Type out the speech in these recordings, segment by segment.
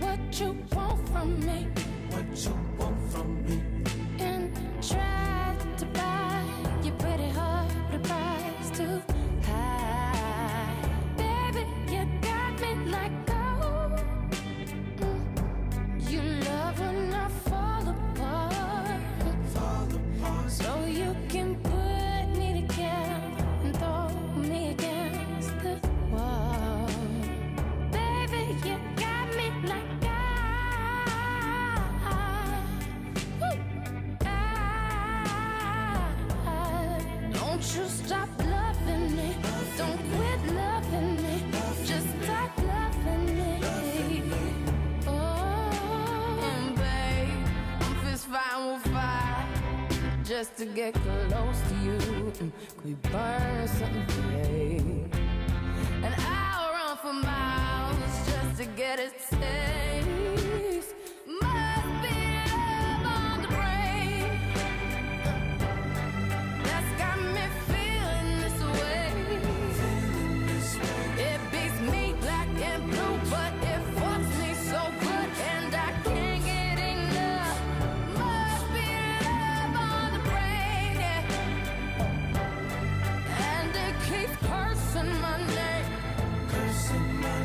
what you want from me What you want from me? and tried to buy your pretty heart, but the price too high. Baby, you got me like gold. Mm. You love when I fall apart. Fall apart. So you can put me together and throw me against the wall. Baby, you got me like I, I- Don't you stop loving me. Don't quit loving me. Just stop loving me. Oh, and babe, I'm fist fine with fire just to get close to you. Mm, Could we burn something today? And I'll run for miles just to get a taste. Must be love on the brain that's got me feeling this way. It beats me black and blue, but it fucks me so good, and I can't get enough. Must be love on the brain, yeah. and it keeps cursing my name. Cursing my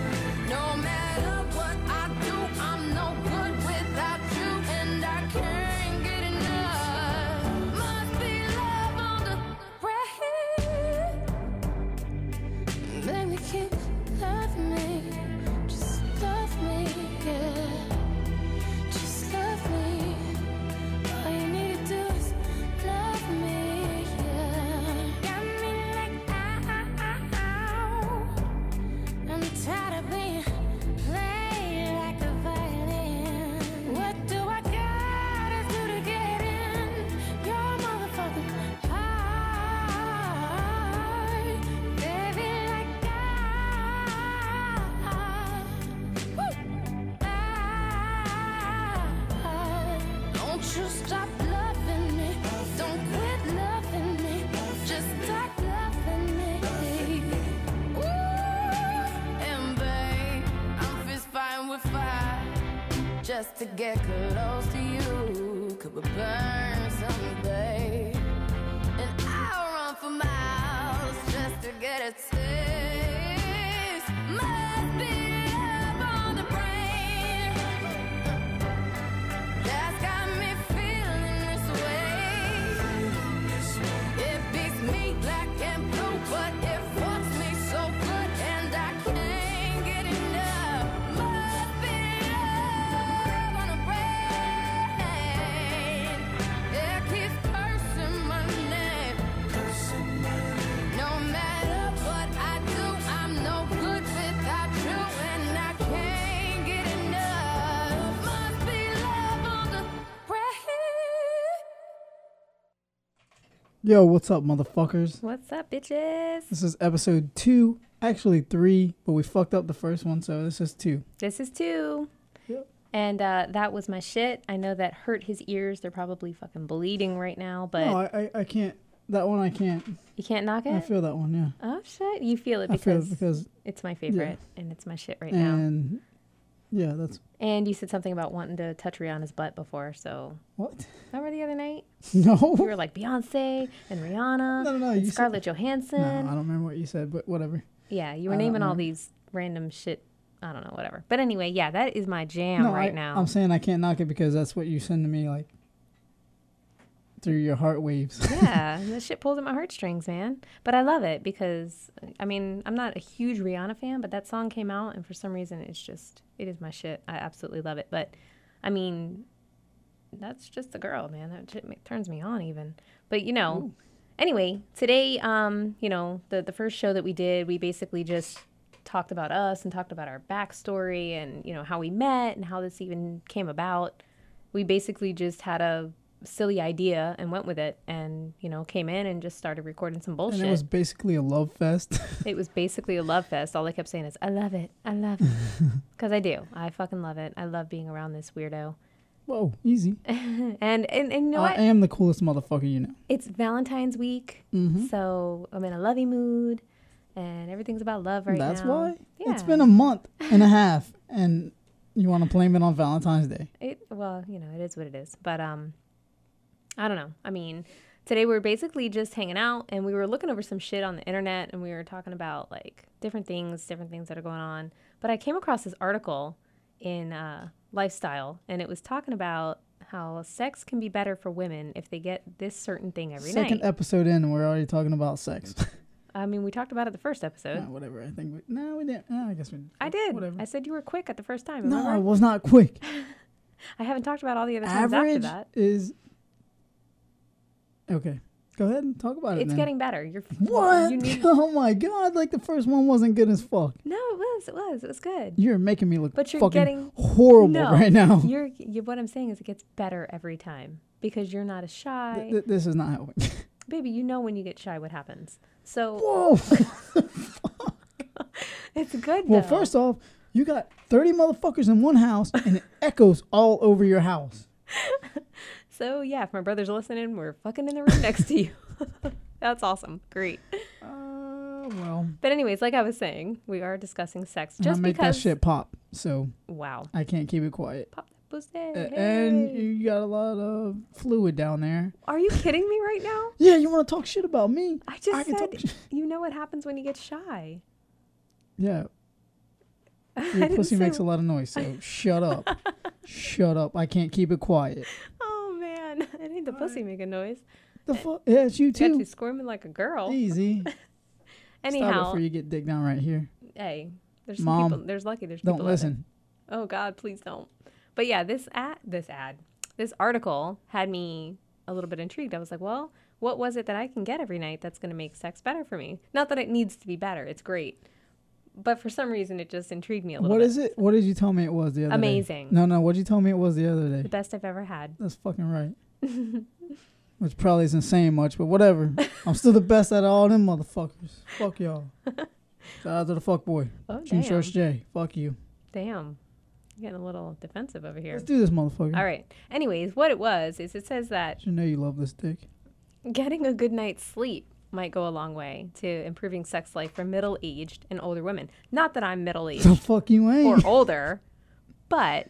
No matter what I do, I'm no good without you, and I can't get enough. Must be love on the brain. Make me keep loving me, just love me, yeah. Just love me. All you need to do is love me, yeah. Got me like ah, ow. ah. I'm tired of being played like a violin. What do I gotta do to get in your motherfucking heart, baby? Like ah, I, woo, I, Ah, don't you stop loving me? Don't quit loving me. Just stop loving me. Ooh, and babe, I'm fist fighting with fire just to get close to you. Could we burn someday? And I'll run for miles just to get a taste. Must be love on the brain that's got me feeling this way. It beats me black and blue, but it fucks me so good, and I can't get enough. Must be love on a brain. It keeps cursing my name. cursing my No matter what I do, I'm no good without you, and I can't get enough. Must be love on the brain. Yo, what's up, motherfuckers? What's up, bitches? This is episode two, actually three, but we fucked up the first one, so this is two. This is two. Yep. And uh, that was my shit. I know that hurt his ears. They're probably fucking bleeding right now, but No, Oh, I, I, I can't. That one I can't. you can't knock I it. feel that one, yeah. oh shit! You feel it I feel because, it because it's my favorite and it's my shit right now. and yeah, that's And you said something about wanting to touch Rihanna's butt before, so what? remember the other night No, we were like Beyonce and Rihanna No, no, no, you and said- Scarlett no, Johansson. I don't remember what you said, but whatever. yeah, you were I don't naming all remember. these random shit. I don't know, whatever. But anyway, yeah, that is my jam no, right I, now. I'm saying I can't knock it because that's what you send to me, like through your heart waves. yeah, this shit pulls at my heartstrings, man. But I love it because I mean, I'm not a huge Rihanna fan, but that song came out and for some reason it's just it is my shit. I absolutely love it. But I mean, that's just the girl, man. That shit ma- turns me on even. But you know, anyway, today um, you know, the the first show that we did, we basically just talked about us and talked about our backstory and you know how we met and how this even came about we basically just had a silly idea and went with it and you know came in and just started recording some bullshit and it was basically a love fest. basically a love fest all i kept saying is i love it i love it because i do i fucking love it i love being around this weirdo Whoa, easy. and and, and you know I what am the coolest motherfucker you know. it's valentine's week Mm-hmm. so i'm in a lovey mood and everything's about love right That's now why. It's Yeah. been a month and a half, and You want to blame it on Valentine's Day? It well, you know, it is what it is. But um I don't know. I mean, today we were basically just hanging out and we were looking over some shit on the internet and we were talking about like different things, different things that are going on. But I came across this article in uh Lifestyle and it was talking about how sex can be better for women if they get this certain thing every Second night. episode in, we're already talking about sex. I mean, we talked about it the first episode. Nah, whatever. I think we. No, we didn't. No, I guess we. Didn't. I did. Whatever. I said you were quick at the first time. no, I Remember? was not quick. I haven't talked about all the other times after Average that. is. Okay, go ahead and talk about it. It's then. getting better. You're Oh, What? You need, oh my god! Like the first one wasn't good as fuck. no, it was. It was. It was good. You're making me look But you're fucking getting- horrible No, right now. You're, you, what I'm saying is it gets better every time because you're not as shy. Th- th- this is not how. It, Baby, you know when you get shy what happens. So whoa. it's good Well, though. first off, you got 30 motherfuckers in one house and it echoes all over your house. So yeah, if my brother's listening, we're fucking in the room next to you. That's awesome. Great. Uh, well, But anyways, like I was saying, we are discussing sex and I just make because that shit pop, so wow. I can't keep it quiet. Pop that pussy. A- And you got a lot of fluid down there. Are you kidding me right now? Yeah, you want to talk shit about me? I just I can said talk shit. you know what happens when you get shy. Yeah, your didn't pussy say- makes a lot of noise, so shut up. Shut up. I can't keep it quiet. Oh man, I need the pussy make a noise. The fuck? Yeah, it's you Got you too. squirming like a girl. Easy. Stop it Anyhow, before you get dick down right here. hey, there's some Mom, people. There's lucky. There's Don't people out there. listen. Oh God, please don't. But yeah, this ad, this ad, this article had me a little bit intrigued. I was like, well, what was it that I can get every night that's going to make sex better for me? Not that it needs to be better. It's great, but for some reason, it just intrigued me a little. What bit. is it? What did you tell me it was the other day? Amazing. No, no. What did you tell me it was the other day? The best I've ever had. That's fucking right. Which probably isn't saying much, but whatever. I'm still the best out of all them motherfuckers. Fuck y'all. Shout out to the fuck boy. Oh June damn! Church J. Fuck you. Damn, You're getting a little defensive over here. Let's do this, motherfucker. All right. Anyways, what it was is it says that You know you love this dick. Getting a good night's sleep might go a long way to improving sex life for middle aged and older women. Not that I'm middle aged So fuck you or ain't. older, but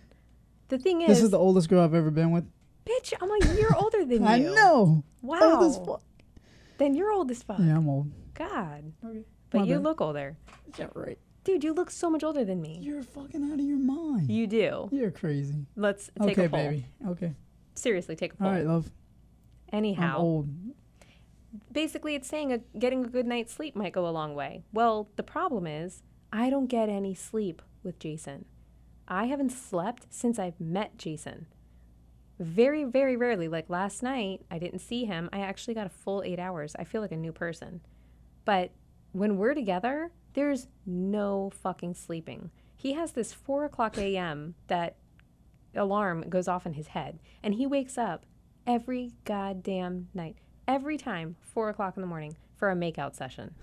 the thing is, This is the oldest girl I've ever been with. bitch, I'm a year older than you. I know. Old as Wow. fuck. Then you're old as fuck. Yeah, I'm old. God. Okay. But My you bad. look older. Yeah, right. Dude, you look so much older than me. You're fucking out of your mind. You do. You're crazy. Let's take okay, a poll. baby. Okay. Seriously, take a poll. All right, love. Anyhow. I'm old. basically it's saying a, getting a good night's sleep might go a long way. Well, the problem is I don't get any sleep with Jason. I haven't slept since I've met Jason. Very, very rarely. Like last night, I didn't see him. I actually got a full eight hours. I feel like a new person. But when we're together, there's no fucking sleeping. He has this four o'clock a.m. that alarm goes off in his head, and he wakes up every goddamn night, every time, four o'clock in the morning for a makeout session.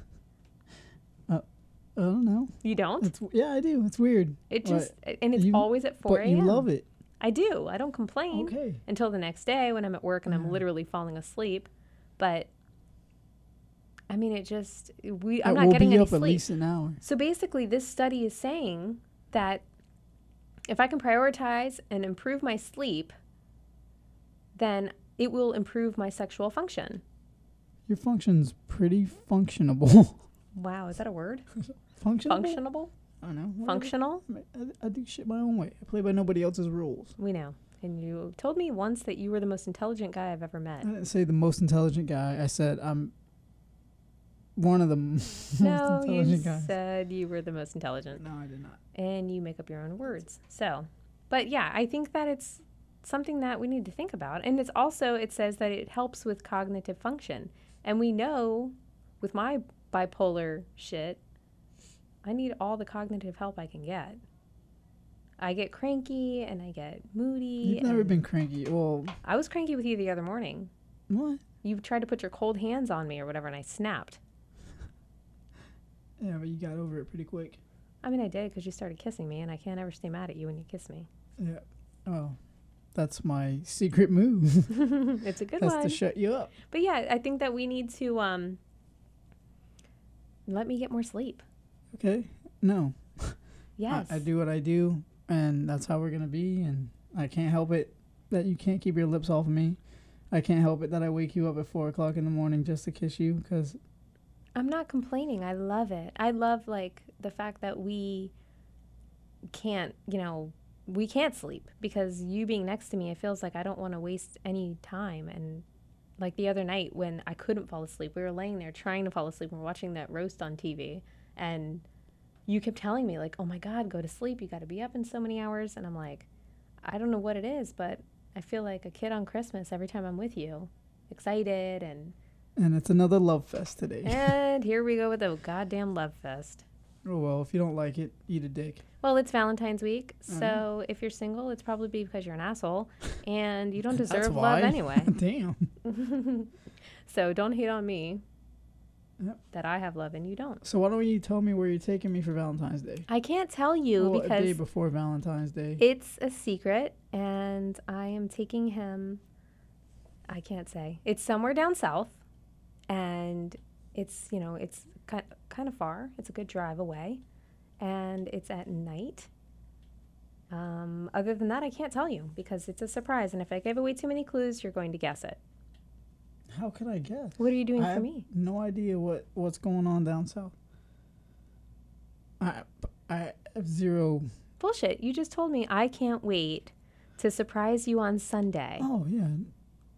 I don't know. You don't? It's yeah, I do. It's weird. It But- just and it's You- always at four but a.m. you love it. I do. I don't complain Okay. until the next day when I'm at work and I'm literally falling asleep. But I mean, it just we. I'm I not will getting be any up sleep. at least an hour. So basically, this study is saying that if I can prioritize and improve my sleep, then it will improve my sexual function. Your function's pretty functionable. Wow, is that a word? functionable? Functionable? I don't know. whatever. Functional? I, I do shit my own way. I play by nobody else's rules. We know. And you told me once that you were the most intelligent guy I've ever met. I didn't say the most intelligent guy. I said I'm one of the m- most No, you intelligent guys. said you were the most intelligent. No, I did not. And you make up your own words. So, but yeah, I think that it's something that we need to think about. And it's also, it says that it helps with cognitive function. And we know with my bipolar shit, I need all the cognitive help I can get. I get cranky and I get moody. You've never and- been cranky. Well, I was cranky with you the other morning. what? You tried to put your cold hands on me or whatever, and I snapped. Yeah, but you got over it pretty quick. I mean, I did because you started kissing me, and I can't ever stay mad at you when you kiss me. Yeah. Oh, that's my secret move. it's a good that's one. to shut you up. But yeah, I think that we need to um let me get more sleep. Okay. No. I- Yes. I, do what I do. and that's how we're gonna be. And I can't help it that you can't keep your lips off of me. I can't help it that I wake you up at four o'clock in the morning just to kiss you, cause I'm not complaining. I love it. I love like the fact that we can't, you know, we can't sleep because you being next to me, it feels like I don't want to waste any time. And like the other night when I couldn't fall asleep, we were laying there trying to fall asleep. We we're watching that roast on TV, and you kept telling me like, "Oh my God, go to sleep. You got to be up in so many hours." And I'm like, I don't know what it is, but I feel like a kid on Christmas every time I'm with you, excited and and it's another love fest today. Eh. and here we go with the goddamn love fest. Oh well, if you don't like it, eat a dick. Well, it's Valentine's week, Mm-hmm. so if you're single, it's probably because you're an asshole and you don't That's deserve why. love anyway. Damn. so don't hate on me Yep. that I have love and you don't. So why don't you tell me where you're taking me for Valentine's Day? I can't tell you Well, a day because before Valentine's Day. it's a secret and I am taking him I can't say. It's somewhere down south and it's, you know, it's kind kind of far. It's a good drive away and it's at night. Um, other than that, I can't tell you because it's a surprise and if I give away too many clues, you're going to guess it. How could I guess? What are you doing I for have me? No idea what what's going on down south. I I have zero. Bullshit. You just told me I can't wait to surprise you on Sunday. Oh yeah,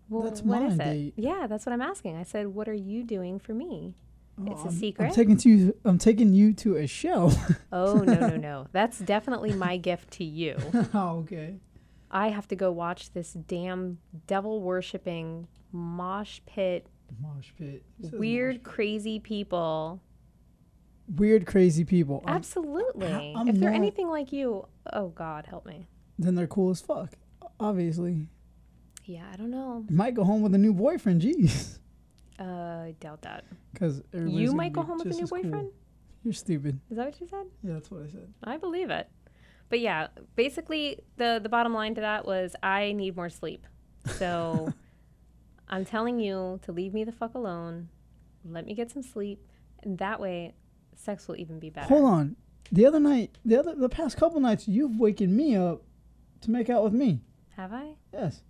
well, that's what is my it? date. Yeah, that's what I'm asking. I said, "What are you doing for me?" Oh, It's a I'm- I'm secret? taking to I'm taking you to a show. Oh no no no! That's definitely my gift to you. oh, okay. I have to go watch this damn devil worshipping mosh pit, Mosh pit. It says weird, mosh- crazy people. weird, crazy people. I'm- Absolutely. I'm if they're not- anything like you, oh God, help me. then they're cool as fuck. Obviously, Yeah, I don't know. might go home with a new boyfriend. Jeez, Uh, I doubt that. because you might go home with a new boyfriend. You're stupid. Is that what you said? Yeah, that's what I said. I believe it. But yeah, basically the the bottom line to that was I need more sleep. So I'm telling you to leave me the fuck alone. Let me get some sleep. And that way sex will even be better. Hold on. The other night, the other the past couple nights, you've waken me up to make out with me. Have I? Yes.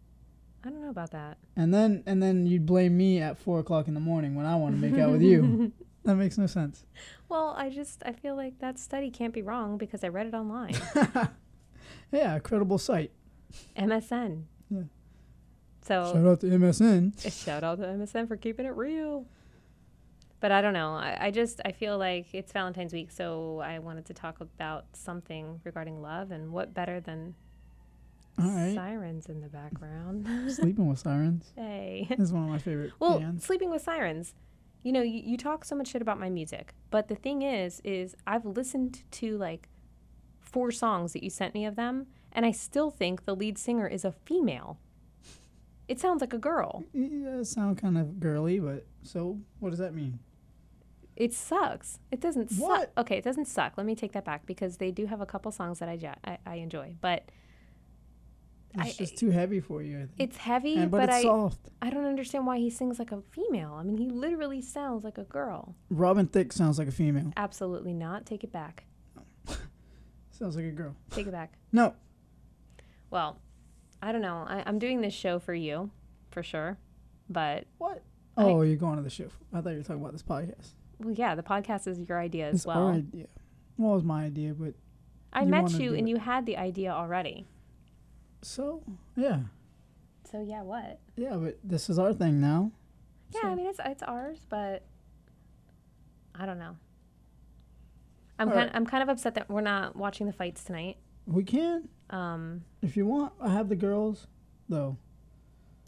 I don't know about that. And then and then you'd blame me at four o'clock in the morning when I want to make out with you. That makes no sense. Well, I just I feel like that study can't be wrong because I read it online. Yeah, credible site. MSN. Yeah. So Shout out to MSN. A shout out to MSN for keeping it real. But I don't know. I, I just I feel like it's Valentine's week, so I wanted to talk about something regarding love, and what better than All right. sirens in the background? Sleeping with sirens hey. is one of my favorite Well, bands. sleeping with sirens. You know, you, you talk so much shit about my music, but the thing is, is I've listened to like four songs that you sent me of them, and I still think the lead singer is a female. It sounds like a girl. Yeah, it sound kind of girly, but so what does that mean? It sucks. It doesn't suck. What? Okay, it doesn't suck. Let me take that back because they do have a couple songs that I, ja- I, I enjoy, but It's I- just too heavy for you. I think. it's heavy. and, but, but it's I, soft. I don't understand why he sings like a female. I mean, he literally sounds like a girl. Robin Thicke sounds like a female. Absolutely not. Take it back. Sounds like a girl. Take it back. No, Well, I don't know. I, I'm doing this show for you, for sure. But What? I- Oh, you're going to the shift. I thought you were talking about this podcast. well, yeah, the podcast is your idea as It's well. our idea. Well, it was my idea, but I You met wanna you do and it. you had the idea already. so yeah, So yeah, what? yeah. But this is our thing now. Yeah, So- I mean it's it's ours, but I don't know. I'm All kind right. I'm kind of upset that we're not watching the fights tonight. We can, Um, if you want. I have the girls, though.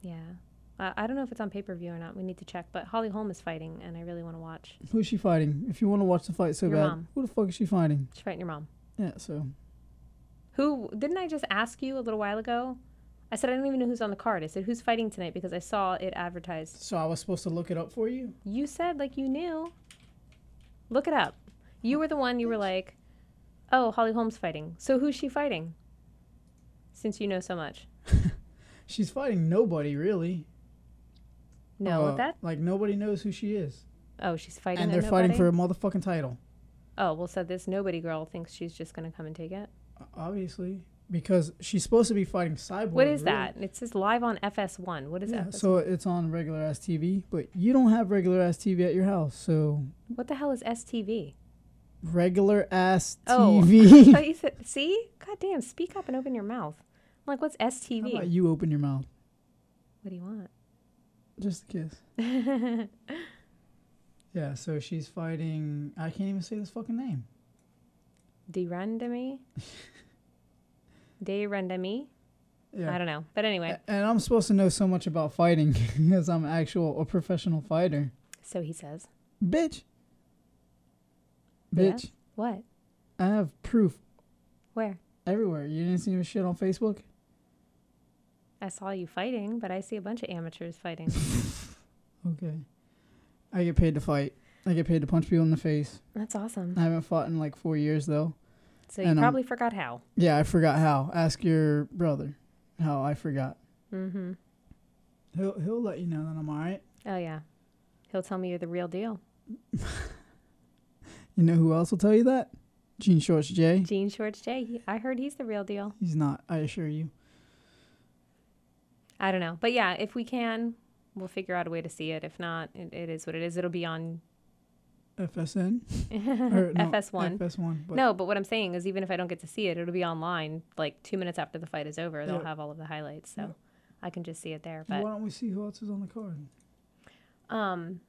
yeah. I I don't know if it's on pay per view or not. We need to check. But Holly Holm is fighting, and I really want to watch. Who's she fighting? If you want to watch the fight so Your bad, mom. who the fuck is she fighting? She's fighting your mom. Yeah. So Who didn't I just ask you a little while ago? I said I don't even know who's on the card. I said who's fighting tonight because I saw it advertised. so I was supposed to look it up for you. You said like you knew. Look it up. You were the one. You were like, oh, Holly Holm's fighting. So who's she fighting? Since you know so much. She's fighting nobody really. No, Uh, that. like nobody knows who she is, Oh, she's fighting. and a they're fighting nobody? for a motherfucking title. Oh well, so this nobody girl thinks she's just gonna come and take it. Uh, obviously, because she's supposed to be fighting Cyborg. What is really. that? It says live on FS1. What is Yeah, FS1? so it's on regular ass TV, but you don't have regular ass TV at your house, so what the hell is STV? regular ass Oh, I TV. thought you said, see? God damn, speak up and open your mouth. I'm like, what's How STV? about you open your mouth? What do you want? Just a kiss. yeah, so she's fighting. I can't even say this fucking name. Derandami? Derandami? I Yeah. don't know. But anyway, A- And I'm supposed to know so much about fighting because I'm actual a professional fighter. so he says, Bitch. Yeah? Bitch. what? I have proof Where? everywhere. You didn't see this shit on Facebook? I saw you fighting, but I see a bunch of amateurs fighting. Okay. I get paid to fight. I get paid to punch people in the face. That's awesome. I haven't fought in like four years though. So you and, um, probably forgot how. Yeah, I forgot how. Ask your brother how I forgot. Mm-hmm. He'll he'll let you know that I'm all right. Oh, yeah. He'll tell me you're the real deal. You know who else will tell you that? Gene Shorts J. Gene Shorts J. he- I heard he's the real deal. He's not. I assure you. I don't know. But yeah, if we can, we'll figure out a way to see it. If not, it, it is what it is. It'll be on FSN or no, FS1. FS1. But no, but what I'm saying is, even if I don't get to see it, it'll be online like two minutes after the fight is over. They'll Yeah. have all of the highlights, so Yeah. I can just see it there. why But don't we see who else is on the card? um,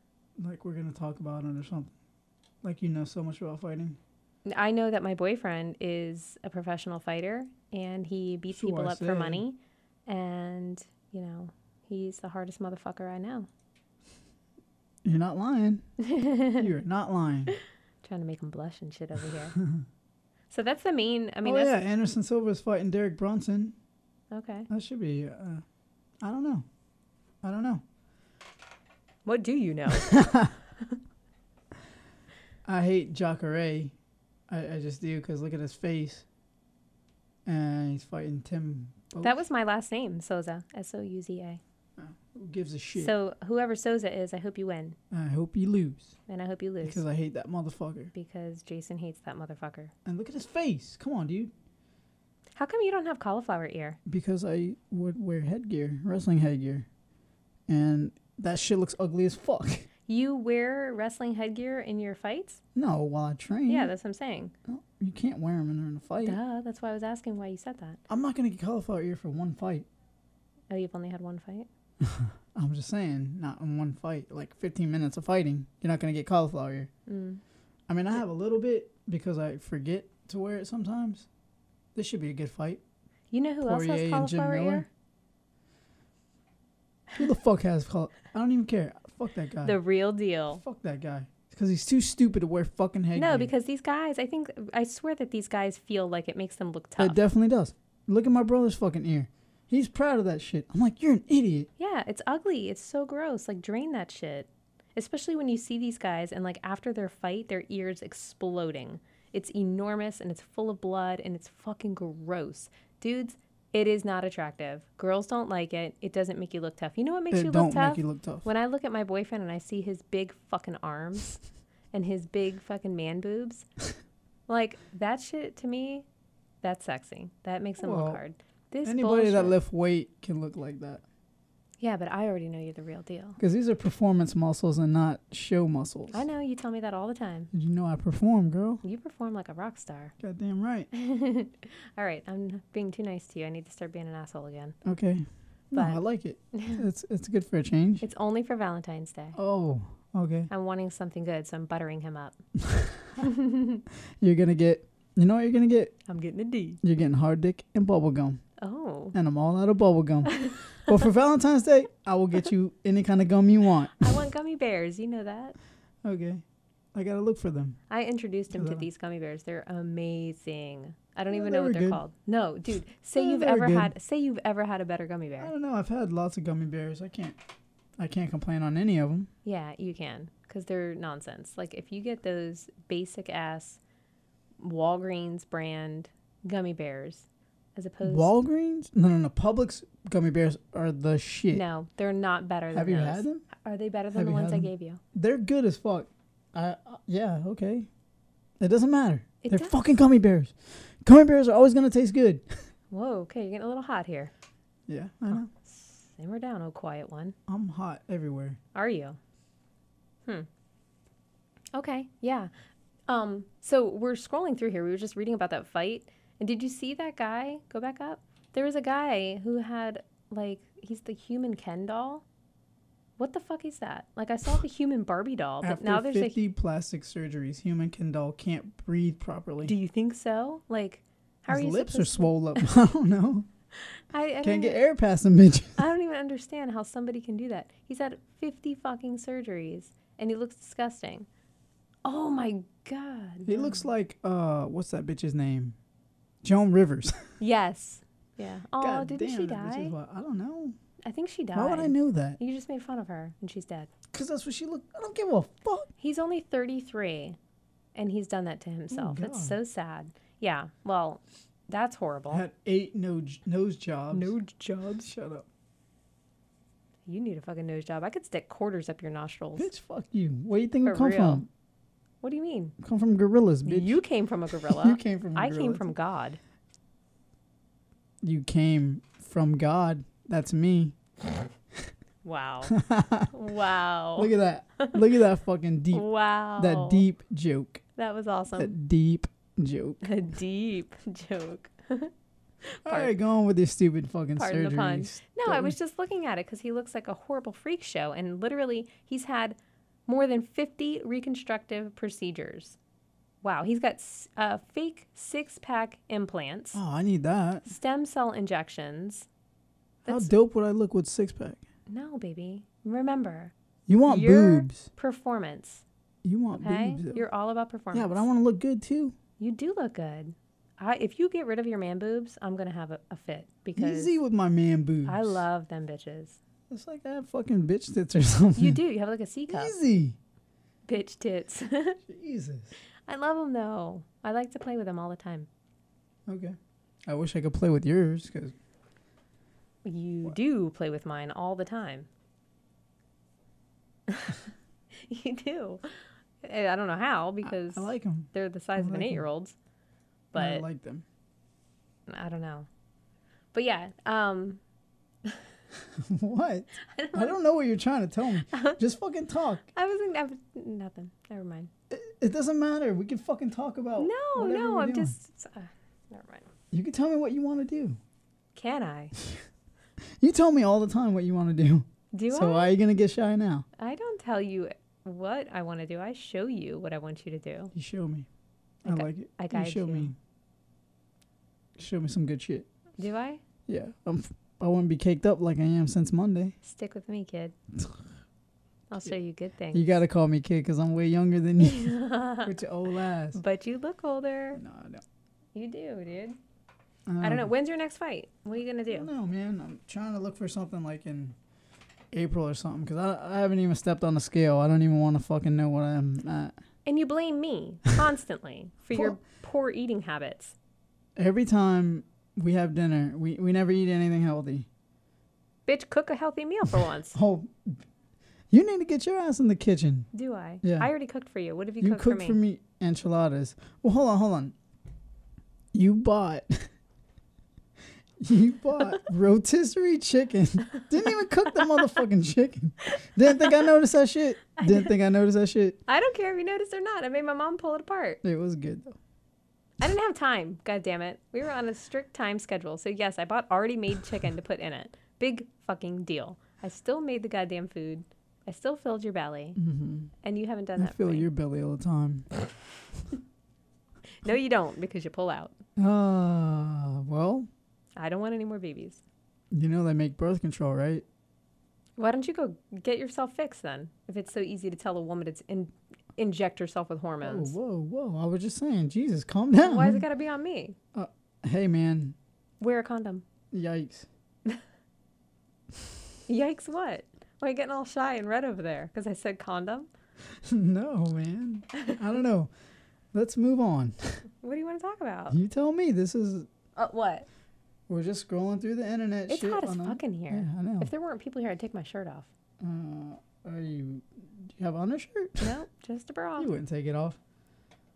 Like we're gonna talk about it or something. Like you know so much about fighting. I know that my boyfriend is a professional fighter, and he beats So people I up for say. money, and you know he's the hardest motherfucker I know. You're not lying. You're not lying. Trying to make him blush and shit over here. so that's the main. I mean, oh yeah, that's Anderson Silva's fighting Derek Bronson. okay. That should be. Uh, I don't know. I don't know. What do you know? I hate Jacare. I, I just do because look at his face. And he's fighting Tim. Bo- That was my last name, Souza. S O U Z A. Who gives a shit? So whoever Souza is, I hope you win, I hope you lose and I hope you lose because I hate that motherfucker. because Jason hates that motherfucker. And look at his face. Come on, dude. How come you don't have cauliflower ear? Because I would wear headgear, wrestling headgear, and that shit looks ugly as fuck. You wear wrestling headgear in your fights? No, while I train. Yeah, that's what I'm saying. No, you can't wear them in a fight. Duh, that's why I was asking why you said that. I'm not gonna get cauliflower ear for one fight. Oh, you've only had one fight? I'm just saying, not in one fight, like 15 minutes of fighting, you're not gonna get cauliflower ear. Mm. I mean, I have a little bit because I forget to wear it sometimes. This should be a good fight. You know who else Poirier has and Jim cauliflower ear? Miller? Who the fuck has call? I don't even care. Fuck that guy. The real deal. fuck that guy. Because he's too stupid to wear fucking headgear. No, because these guys, I think, I swear that these guys feel like it makes them look tough. it definitely does. Look at my brother's fucking ear. He's proud of that shit. I'm like, you're an idiot. Yeah, it's ugly. It's so gross. Like, drain that shit. Especially when you see these guys and, like, after their fight, their ears exploding. It's enormous and it's full of blood and it's fucking gross. Dudes, it is not attractive. Girls don't like it. It doesn't make you look tough. You know what makes It you don't look tough? make you look tough. When I look at my boyfriend and I see his big fucking arms and his big fucking man boobs, like, that shit to me, that's sexy. That makes him Well, look hard. This Anybody that bullshit- lift weight can look like that. Yeah, but I already know you're the real deal. Because these are performance muscles and not show muscles. I know you tell me that all the time. You know I perform, girl. You perform like a rock star. Goddamn right. All right, I'm being too nice to you. I need to start being an asshole again. Okay. No, But- I like it. It's it's good for a change. It's only for Valentine's Day. Oh, okay. I'm wanting something good, so I'm buttering him up. You're gonna get. You know what you're gonna get? I'm getting a D. You're getting hard dick and bubble gum, Oh, and I'm all out of bubble gum. but for Valentine's Day, I will get you any kind of gum you want. I want gummy bears. You know that. Okay. I gotta look for them. I introduced him to Hello. these gummy bears. They're amazing. I don't Yeah, even they know were what they're good. called. No, dude. Say Yeah, you've they were ever good. Ah. had. Say you've ever had a better gummy I bear. don't know. I've had lots of gummy bears. I can't. I can't complain on any of them. Yeah, you can, because they're nonsense. Like if you get those basic ass Walgreens brand gummy bears, as opposed Walgreens? No, no, no. Publix gummy bears are the shit. no, they're not better than Have you those. had them? Are they better than Have the you ones had I them? gave you? They're good as fuck. I uh, yeah okay. It doesn't matter. It They're does. fucking gummy bears. Gummy bears are always gonna taste good. Whoa, okay, you're getting a little hot here. Yeah, I know. Simmer down, oh quiet one. I'm hot everywhere. Are you? Hmm. Okay, yeah. Um, so we're scrolling through here. We were just reading about that fight. And did you see that guy? Go back up. There was a guy who had like he's the human Ken doll. What the fuck is that? Like I saw the human Barbie doll, but now After there's a 50 plastic surgeries, human Kendall can't breathe properly. Do you think so? Like how His are you lips are supposed- swollen up. I don't know. I, I don't Can't get e- air past them, bitch. I don't even understand how somebody can do that. He's had 50 fucking surgeries and he looks disgusting. Oh my god. He looks like uh, what's that bitch's name? Joan Rivers. Yes. Yeah. Oh, God didn't damn, she that bitch is die? hot. I don't know. I think she died. Why would I know that? You just made fun of her and she's dead. Cause that's what she looked. I don't give a fuck. He's only 33 and he's done that to himself. That's Oh God. so sad. Yeah. Well, that's horrible. Had eight nose nose jobs. jobs. Shut up, You need a fucking nose job. I could stick quarters up your nostrils. bitch. Fuck you. Where you think we For come real. from? What do you mean? Come from gorillas, bitch. You came from a gorilla. You came from a I came gorilla. from God. You came from God. That's me. Wow. wow. Look at that. Look at that fucking deep. Oh. wow. That deep joke. That was awesome. That deep joke. A deep joke. All right, go on with your stupid fucking Pardon the pun. surgeries. No, I was just looking at it because he looks like a horrible freak show, and literally, he's had more than 50 reconstructive procedures. Wow, he's got s- uh, fake six pack implants, Oh, I need that. stem cell injections. How That's- dope would I look with six pack? No, baby. Remember, You want your boobs. performance. You want Okay, boobs. though. you're all about performance. Yeah, but I want to look good too. You do look good. I, if you get rid of your man boobs, I'm gonna have a, a fit because Easy with my man boobs. I love them bitches. It's like I have fucking bitch tits or something. You do. You have like a C cup, Easy. bitch tits. Jesus. I love them though. I like to play with them all the time. Okay. I wish I could play with yours because You do play with mine all the time. you do. Eh, I don't know how I, because I like them. they're the size of like an 'em. eight-year-old's, I but like them. I don't know. But yeah, um, what? I don't know what you're trying to tell me. Just fucking talk. I wasn't. I was, nothing. Never mind. It, it doesn't matter. We can fucking talk about. No, whatever no. we're I'm doing. just. Uh, never mind. You can tell me what you want to do. Can I? You tell me all the time what you want to do. Do so I? why are you gonna get shy now? I don't tell you what I want to do. I show you what I want you to do. You show me. I I, gui- like it. I you guide show you. me. Show me some good shit. Do I? Yeah, I'm. f- I wouldn't be caked up like I am since Monday. Stick with me, kid. I'll show you good things. You gotta call me kid because I'm way younger than you. With your old ass. But you look older. No, I don't. You do, dude. I don't know. When's your next fight? What are you gonna Um. I don't do? know, man. I'm trying to look for something like in April or something because I, I haven't even stepped on the scale. I don't even want to fucking know what I'm at. And you blame me constantly for your Well- poor eating habits. Every time we have dinner, we, we never eat anything healthy. Bitch, cook a healthy meal for once. Oh, you need to get your ass in the kitchen. Do I? Yeah. I already cooked for you. What have you, You, cooked cook for me? for me enchiladas. Well, hold on, hold on. You bought. You bought rotisserie chicken. Didn't even cook the motherfucking chicken. Didn't think I noticed that shit. Didn't think I noticed that shit. I don't care if you noticed or not. I made my mom pull it apart. It was good though. I didn't have time. God damn it. We were on a strict time schedule. So yes, I bought already made chicken to put in it. Big fucking deal. I still made the goddamn food. I still filled your belly, hmm and you haven't done I that. for feel me. your belly all the time. No, you don't, because you pull out. Ah, well, I don't want any more babies. you know they make birth control, right? Why don't you go get yourself fixed then? If it's so easy to tell a woman to in- inject herself with Oh, hormones, whoa, whoa! I was just saying, Jesus, calm down. why is it gotta be on me? hey, man, Wear a condom. yikes! Yikes! What? Why are you getting all shy and red over there? Because I said condom. no, man, I don't know. Let's move on. What do you want to talk about? You tell me. This is Uh, what? we're just scrolling through the internet. It's shit hot as on a- fuck in Yeah, here. I know. If there weren't people here, I'd take my shirt off. Uh, are you? Do you have undershirt? No, just a bra. You wouldn't take it off.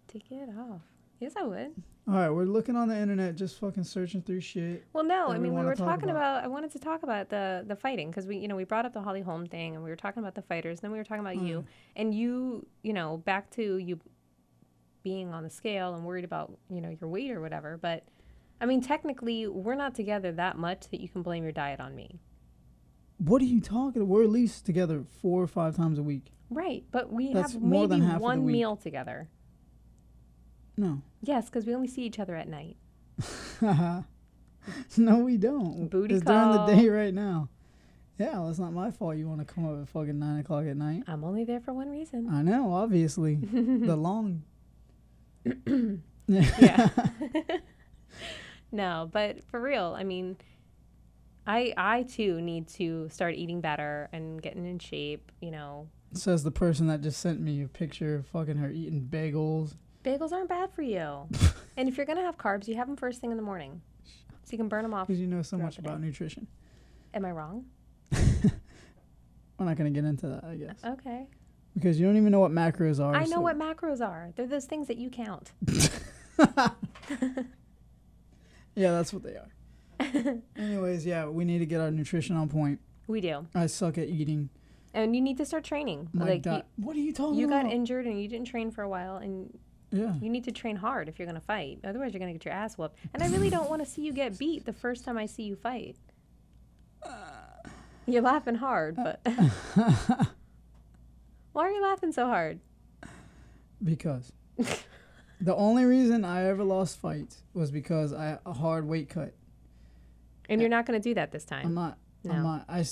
Take it off. Yes, I would. All right, we're looking on the internet, just fucking searching through shit. Well, no, that I we mean we wanna were talk talking about. about. I wanted to talk about the the fighting because we you know we brought up the Holly Holm thing and we were talking about the fighters. Then we were talking about Mm. you and you you know back to you being on the scale and worried about you know your weight or whatever. But I mean technically we're not together that much that you can blame your diet on me. What are you talking? We're at least together four or five times a week. Right, but we That's have more than maybe half of the one week. meal together. No, Yes, because we only see each other at night. no, we don't. Booty it's call. during the day right now. Yeah, well, it's not my fault. You want to come up at fucking nine o'clock at night? I'm only there for one reason. I know, obviously, the long. yeah. no, but for real, I mean, I I too need to start eating better and getting in shape. You know, Says the person that just sent me a picture of fucking her eating bagels. bagels aren't bad for you, and if you're gonna have carbs, you have them first thing in the morning, so you can burn them off. Because you know so Throughout much the about nutrition. Am I wrong? We're not going to get into that, I guess. Okay, Because you don't even know what macros are. I know so- what macros are. They're those things that you count. Yeah, that's what they are. Anyways, yeah, we need to get our nutrition on point. We do, I suck at eating. and you need to start training. My Oh. like di- what are you you, talking you about? got injured and you didn't train for a while, and yeah. You need to train hard if you're going to fight. Otherwise, you're going to get your ass whooped. And I really don't want to see you get beat the first time I see you fight. You're laughing hard, Uh. but. Why are you laughing so hard? Because the only reason I ever lost fights was because I a hard weight cut. And you're not going to do that this I'm time. not. No. I'm not. I,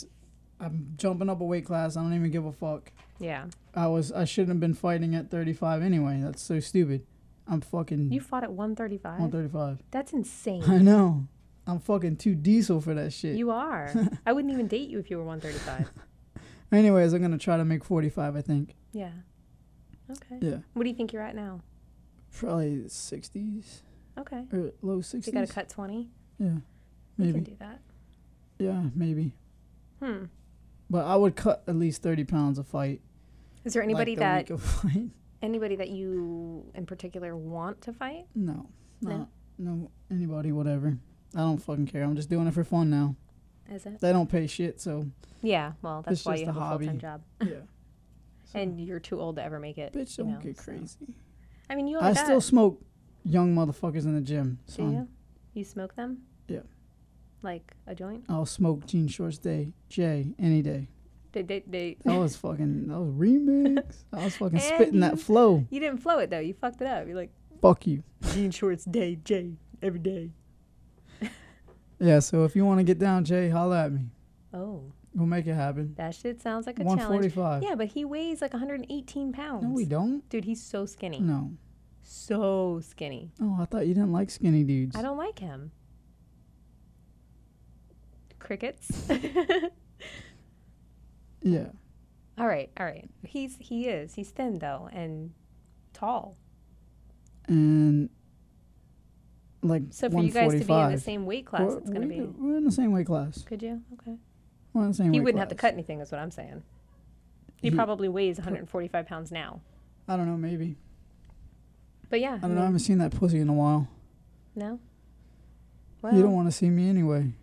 am jumping up a weight class. I don't even give a fuck. Yeah. I was. I shouldn't have been fighting at 35 anyway. That's so stupid. I'm fucking You fought at 135? 135. That's insane. I know. I'm fucking too diesel for that shit. You are. I wouldn't even date you if you were 135. Anyways, I'm gonna try to make 45. I think. Yeah. Okay. Yeah. What do you think you're at now? Probably 60s Okay. or low You got 60s. to cut 20? Yeah. You can Maybe. do that. Yeah. Maybe. Hmm. But I would cut at least 30 pounds a fight. Is there like, anybody the that week of fight. anybody that you in particular want to fight? No, No? not, no, anybody, whatever. I don't fucking care. I'm just doing it for fun now. Is it? They don't pay shit, so Yeah, well, that's It's why just you a have a full time hobby. job, yeah. So, and you're too old to ever make it. bitch, you don't know, get so. crazy. I mean, you I only got. still smoke young motherfuckers in the gym. do So you? You smoke them? Yeah. Like a joint? I'll smoke Jean Shorts Day, Jay, any day. They, they, they, That was fucking. That was remix. I was fucking spitting that And- flow. you didn't flow it though. You fucked it up. You're like Fuck you. jean shorts day, Jay, every day. Yeah. So if you want to get down, Jay, holla at me. Oh, We'll make it happen. that shit sounds like a challenge. 145. Yeah, but he weighs like 118 pounds. No, we don't. Dude, he's so skinny. No. So skinny. Oh, I thought you didn't like skinny dudes. I don't like him. Crickets. Yeah. All right, all right. He's he is. He's thin though and tall. and like So for you guys 145. to be in the same weight class, We're- it's gonna we be. could- We're in the same weight class. Could you? Okay. We're in the same He weight wouldn't have to class. cut anything, is what I'm saying. He He- probably weighs 145 pounds now. I don't know, maybe. But yeah. I don't know. I mean, haven't seen that pussy in a while. No. you Well, don't want to see me anyway.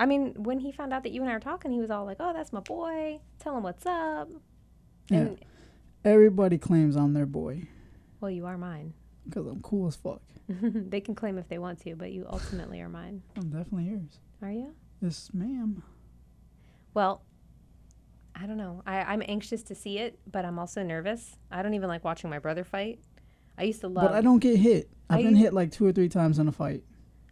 I mean, when he found out that you and I were talking, he was all like, "Oh, that's my boy. Tell him what's up." Yeah. And Everybody claims I'm their boy well, you are mine. because I'm cool as fuck. they can claim if they want to, but you ultimately are mine. I'm definitely yours. Are you? Yes, ma'am. Well, I don't know. I, I'm anxious to see it, but I'm also nervous. I don't even like watching my brother fight. I used to love. But I don't get hit. I've I been used- hit like two or three times in a fight.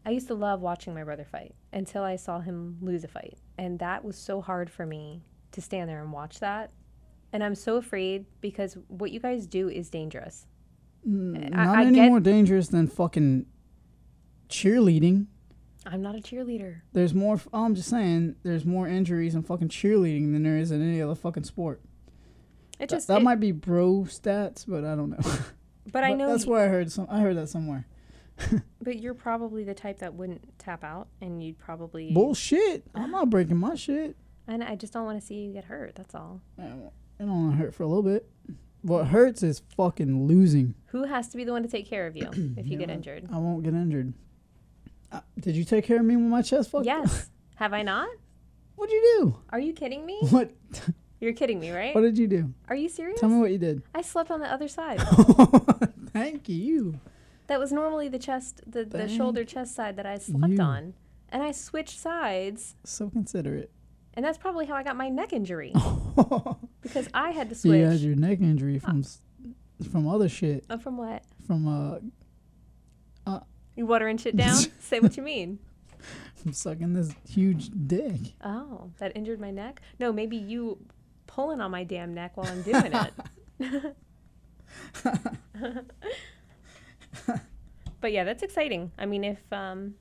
I used to love watching my brother fight until I saw him lose a fight. And that was so hard for me to stand there and watch that. And I'm so afraid because what you guys do is dangerous. Mm, Eh, I- Not I any get- more dangerous than fucking cheerleading. I'm not a cheerleader. There's more. f- oh, I'm just saying. There's more injuries in fucking cheerleading than there is in any other fucking sport. It Th- just that it- might be bro stats, but I don't know. but I But know that's you, where I heard some. I heard that somewhere. but you're probably the type that wouldn't tap out and you'd probably Bullshit! I'm not breaking my shit. and I just don't want to see you get hurt, that's all. I don't want to hurt for a little bit, What hurts is fucking losing. Who has to be the one to take care of you if you get injured? I won't get injured. Uh, did you take care of me when my chest fucked? up? Yes. Have I not? What'd you Are you kidding me? do? What? You're kidding me, right? What did you do? Are you serious? Tell me what you did. I slept on the other side. Thank you. That was normally the chest, the, the Thank shoulder chest side that I slept you. on. And I switched sides. So considerate. And that's probably how I got my neck injury you because I had to switch. had your neck injury from s from other shit. Oh, from what? From uh, You watering shit down? Say what you mean. from sucking this huge dick. Oh, that injured my neck? No, maybe you pulling on my damn neck while I'm doing it. but yeah, that's exciting. I mean, if um,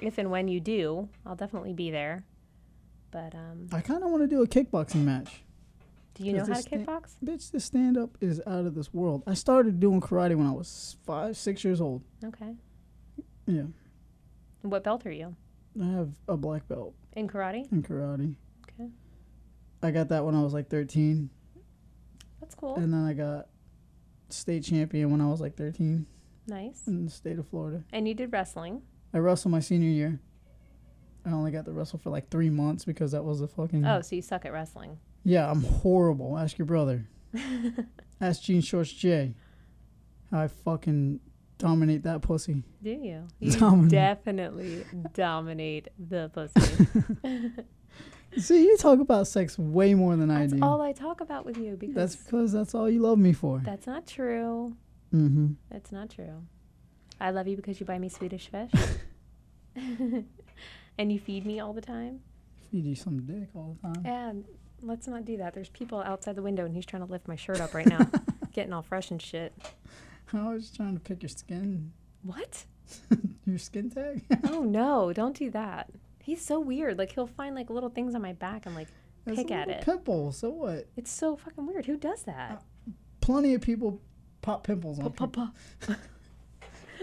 if and when you do, I'll definitely be there. But um, I kind of want to do a kickboxing match. do you know Does how this to thing- kickbox? Bitch, this stand up is out of this world. I started doing karate when I was five, six years old. Okay. Yeah. What belt are you I have a black belt in karate? in karate. Okay. I got that when I was like 13. That's cool. And then I got state champion when I was like 13 Nice. in the state of Florida. And you did wrestling. I wrestled my senior year. I only got to wrestle for like three months because that was a fucking. Oh, so you suck at wrestling. Yeah, I'm horrible. Ask your brother. Ask Gene Shorts J. How I fucking dominate that pussy. Do you? You Dominate. definitely dominate the pussy. See, you talk about sex way more than That's I do. all I talk about with you because that's that's, because that's all you love me for. not true. mm-hmm. That's not true. I love you because you buy me Swedish fish. and you feed me all the time. Feed you some dick all the time. And let's not do that. There's people outside the window and he's trying to lift my shirt up right now. getting all fresh and shit. I was just trying to pick your skin, What? your skin tag. Oh no, don't do that. He's so weird. Like he'll find like little things on my back and like That's pick a at little it. Pimple. So what? It's so fucking weird. Who does that? Plenty of people pop pimples on. people. Papa.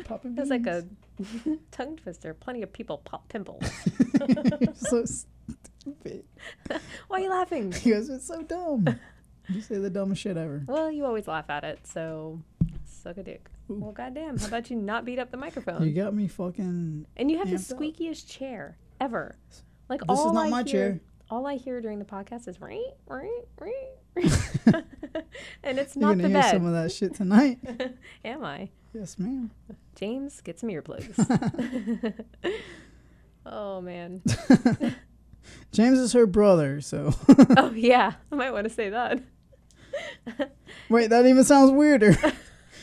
Popping That's like a beans. tongue twister. Plenty of people pop pimples. so stupid. Why are you laughing? You guys are so dumb. You say the dumbest shit ever. Well, you always laugh at it, so suck a dick. Hmm. Well, goddamn, how about you not beat up the microphone? You got me fucking. and you have the amped up. squeakiest chair ever. Like This all is not I my hear, chair. All I hear during the podcast is right, right, right, and it's You're not gonna the hear bed. some of that shit tonight. Am I? yes, ma'am. James, get some earplugs. oh man. James is her brother, so Oh yeah, I might want to say that. wait, that even sounds weirder.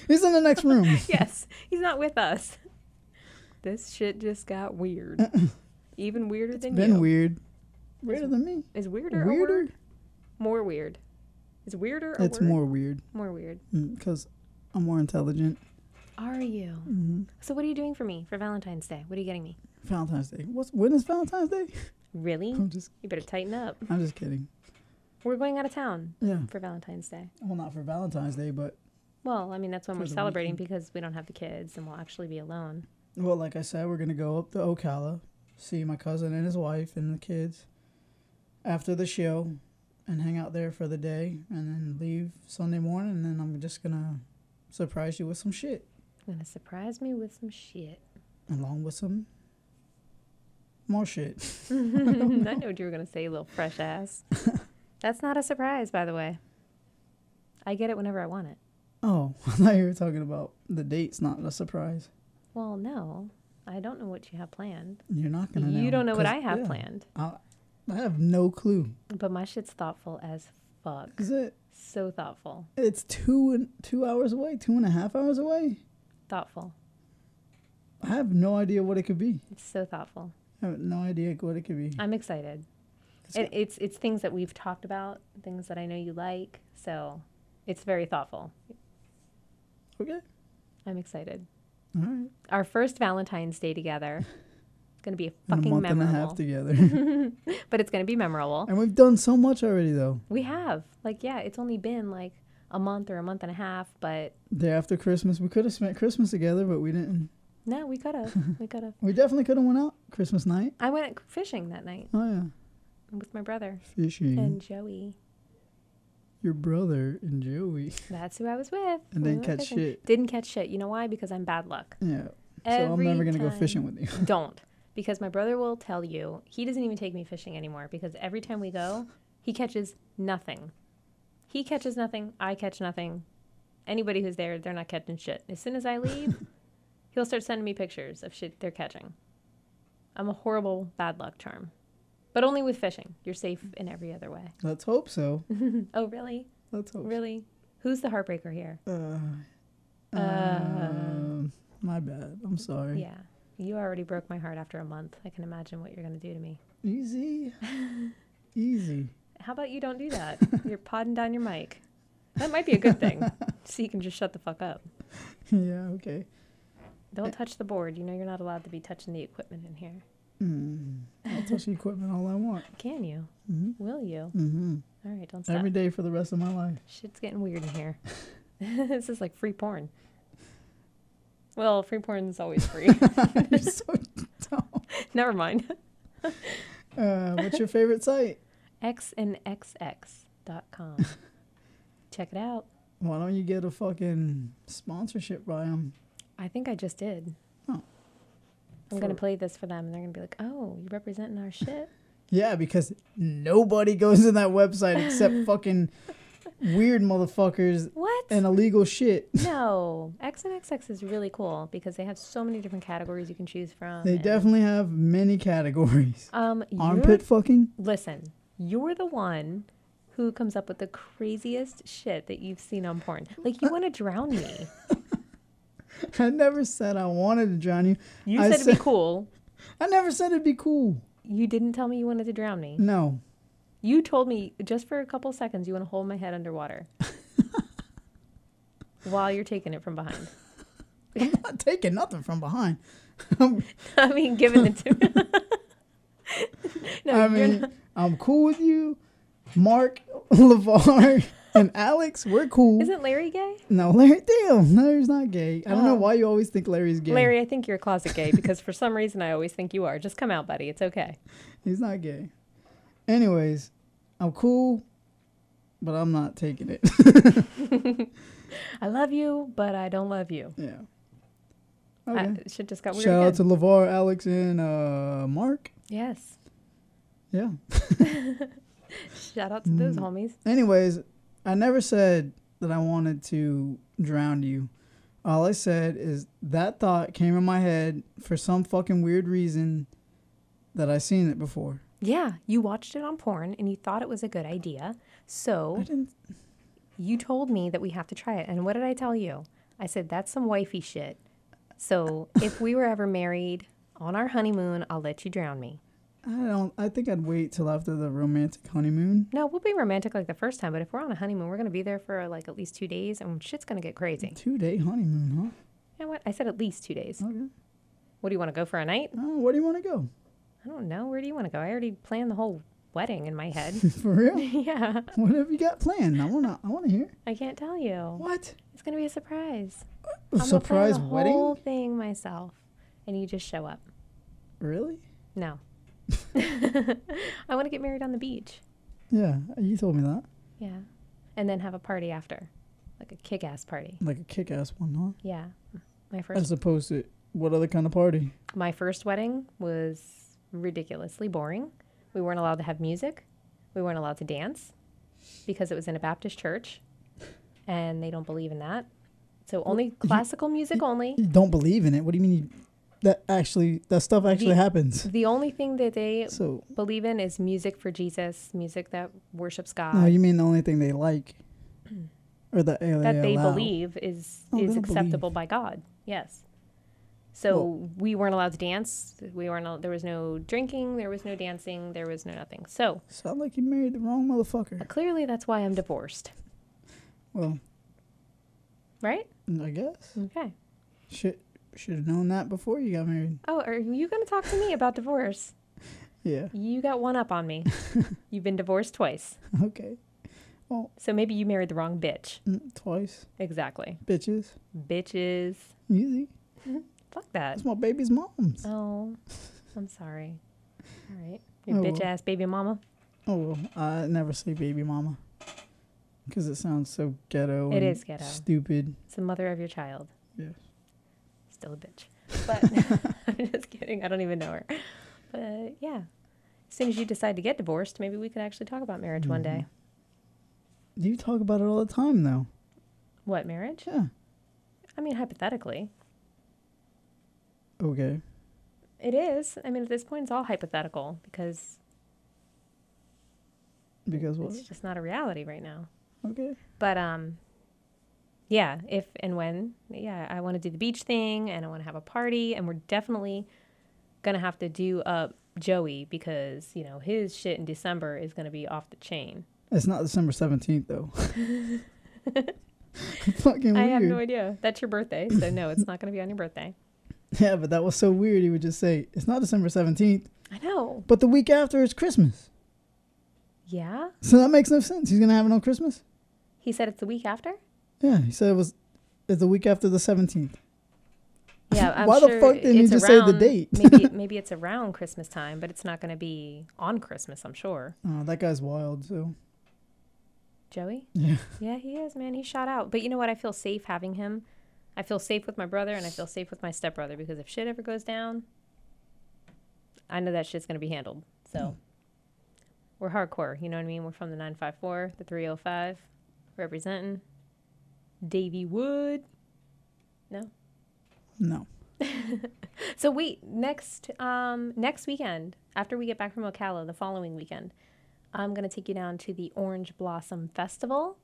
He's in the next room. yes, he's not with us. This shit just got weird. Even weirder than Uh-uh. Been you. weird. Weirder than me. Is weirder, a Weirder. word? More weird. Is weirder a It's word? more weird more weird. because I'm more intelligent. Are you? Mm-hmm. So what are you doing for me for Valentine's Day? What are you getting me? Valentine's Day. What's when is Valentine's Day? Really? I'm just You better tighten up. I'm just kidding. We're going out of town Yeah. for Valentine's Day. Well, not for Valentine's Day, but Well, I mean that's when For we're the celebrating because we don't have the kids and we'll actually be alone. well, like I said, we're gonna go up to Ocala, see my cousin and his wife and the kids after the show, and hang out there for the day, and then leave Sunday morning, and then I'm just gonna surprise you with some shit, Gonna surprise me with some shit. along with some more shit. I know what you were gonna say, you little fresh ass. That's not a surprise, by the way. I get it whenever I want it. Oh, I thought you were talking about the date's not a surprise. Well, no, I don't know what you have planned. You're not gonna. you don't know what 'cause- I have yeah. planned, I, I have no clue. but my shit's thoughtful as fuck. Is it? So thoughtful, It's two and two hours away, two and a half hours away. thoughtful. I have no idea what it could be. It's so thoughtful. I have no idea what it could be. I'm excited. It's It, it's it's things that we've talked about, things that I know you like. So, it's very thoughtful. Okay. I'm excited. All right. Our first Valentine's Day together. It's gonna be a In a fucking month memorable. and a half together. But it's gonna be memorable. and we've done so much already, though. We have. Like, yeah, it's only been like a month or a month and a half, but Day after Christmas, we could have spent Christmas together, but we didn't. no, we could have. we could have. We definitely could have went out Christmas night. I went fishing that night Oh yeah, with my brother fishing. and Joey. your brother and Joey, That's who I was with. and then when we went catch fishing. shit. Didn't catch shit. You know why? Because I'm bad luck. Yeah. so I'm never Every gonna go time. fishing with you. Don't. Because my brother will tell you, he doesn't even take me fishing anymore because every time we go, he catches nothing. He catches nothing. I catch nothing. Anybody who's there, they're not catching shit. As soon as I leave, he'll start sending me pictures of shit they're catching. I'm a horrible bad luck charm. But only with fishing. You're safe in every other way. Let's hope so. Oh, really? Let's hope. Really? Who's the heartbreaker here? So. Uh, um, my bad. I'm sorry. Yeah. You already broke my heart after a month. I can imagine what you're going to do to me. Easy. Easy. How about you don't do that? You're podding down your mic. That might be a good thing. so you can just shut the fuck up. yeah. Okay. Don't touch the board. You know you're not allowed to be touching the equipment in here. Mm. I'll touch the equipment all I want. Can you? Mm-hmm. Will you? Mm-hmm. All right, don't stop. Every day for the rest of my life. Shit's getting weird in here. this is like free porn. Well, free porn's always free. You're so dumb. Never mind. Uh, what's your favorite site? X and com. Check it out. Why don't you get a fucking sponsorship by them? I think I just did. Oh. I'm going to For- play this for them, and they're going to be like, oh, you representing our shit? Yeah, because nobody goes to that website except fucking weird motherfuckers What? and illegal shit. No, X and XX is really cool because they have so many different categories you can choose from. They and- definitely have many categories. um you're- Armpit fucking? Listen, you're the one who comes up with the craziest shit that you've seen on porn. Like you want to drown me. I never said I wanted to drown you. You I said it'd be said- cool. I never said it'd be cool. You didn't tell me you wanted to drown me. No. You told me just for a couple seconds you want to hold my head underwater while you're taking it from behind. I'm not taking nothing from behind. I'm, I mean, giving it to me. no, I you're mean, not. I'm cool with you. Mark, LeVar, and Alex, we're cool. Isn't Larry gay? No, Larry, damn, Larry's not gay. I don't know Oh. why you always think Larry's gay. Larry, I think you're a closet gay because for some reason I always think you are. Just come out, buddy. It's okay. He's not gay. Anyways, I'm cool, but I'm not taking it. I love you, but I don't love you. yeah. I, Okay. shit just got weird. Shout out to again. LeVar, Alex, and uh, Mark. yes. Yeah. Shout out to those Mm. homies. Anyways, I never said that I wanted to drown you. All I said is that thought came in my head for some fucking weird reason that I seen it before. Yeah, you watched it on porn and you thought it was a good idea. I So didn't. you told me that we have to try it. And what did I tell you? I said, that's some wifey shit. So if we were ever married on our honeymoon, I'll let you drown me. I don't. I think I'd wait till after the romantic honeymoon. No, we'll be romantic like the first time, but if we're on a honeymoon, we're going to be there for like at least two days and shit's going to get crazy. Two day honeymoon, You know what? I said at least two days. huh? Okay. What do you want to go for a night? Oh, where do you want to go? I don't know. Where do you want to go? I already planned the whole wedding in my head. For real? yeah, what have you got planned? I wanna. I wanna hear. I can't tell you. What? It's gonna be a surprise. A I'm gonna plan surprise the wedding? Whole thing myself, and you just show up. Really? No. I want to get married on the beach. Yeah. You told me that. Yeah, and then have a party after, like a kick-ass party. Like a kick-ass one, huh? Yeah, my first As opposed to what other kind of party? my first wedding was ridiculously boring. We weren't allowed to have music. We weren't allowed to dance because it was in a Baptist church and they don't believe in that. So only classical music only. You don't believe in it. What do you mean? You, that actually, that stuff actually The- happens. The only thing that they So, believe in is music for Jesus, music that worships God. no, you mean the only thing they like, or that they, that they allow. believe is Oh, they is don't believe. acceptable by God. Yes. So we weren't allowed to dance. We weren't. al- There was no drinking. There was no dancing. There was no nothing. So Sound like you married the wrong motherfucker. clearly, that's why I'm divorced, Well, right? I guess Okay. should should have known that before you got married. Oh, are you going to talk to me about divorce? Yeah. You got one up on me. You've been divorced twice. Okay. So maybe you married the wrong bitch. Mm, Twice, Exactly. bitches. Bitches. Easy. Fuck that. That's my baby's mom's. Oh, I'm sorry. All right. Your Oh, well. bitch ass baby mama. Oh, well, I never say baby mama. because it sounds so ghetto. It and is ghetto. Stupid. It's the mother of your child. Yes. Still a bitch. But I'm just kidding. I don't even know her. But yeah. As soon as you decide to get divorced, maybe we could actually talk about marriage one Mm-hmm. day. You talk about it all the time, though. What, marriage? Yeah. I mean, hypothetically. Okay. It is. I mean, at this point, it's all hypothetical because Because what? it's just not a reality right now. Okay. But um, yeah, if and when, yeah, I want to do the beach thing and I want to have a party, and we're definitely gonna have to do up Joey because you know his shit in December is gonna be off the chain. It's not December seventeenth though. Fucking weird. I have no idea. That's your birthday, so no, it's not gonna be on your birthday. Yeah, but that was so weird. He would just say, "It's not December seventeenth, I know. but the week after is Christmas." Yeah, So that makes no sense. He's gonna have it on Christmas. he said it's the week after. Yeah, he said it was it's the week after the seventeenth. Yeah, I'm Why the sure fuck didn't you it's just say the around- date? maybe maybe it's around Christmas time, but it's not gonna be on Christmas. I'm sure. Oh, that guy's wild. So Joey? Yeah. Yeah, he is, man. He shot out. But you know what? I feel safe having him. I feel safe with my brother and I feel safe with my stepbrother because if shit ever goes down, I know that shit's going to be handled. So we're hardcore. You know what I mean? We're from the 954, the 305, representing Davy Wood. no, So wait, next um, next weekend, after we get back from Ocala, the following weekend, I'm gonna take you down to the Orange Blossom Festival.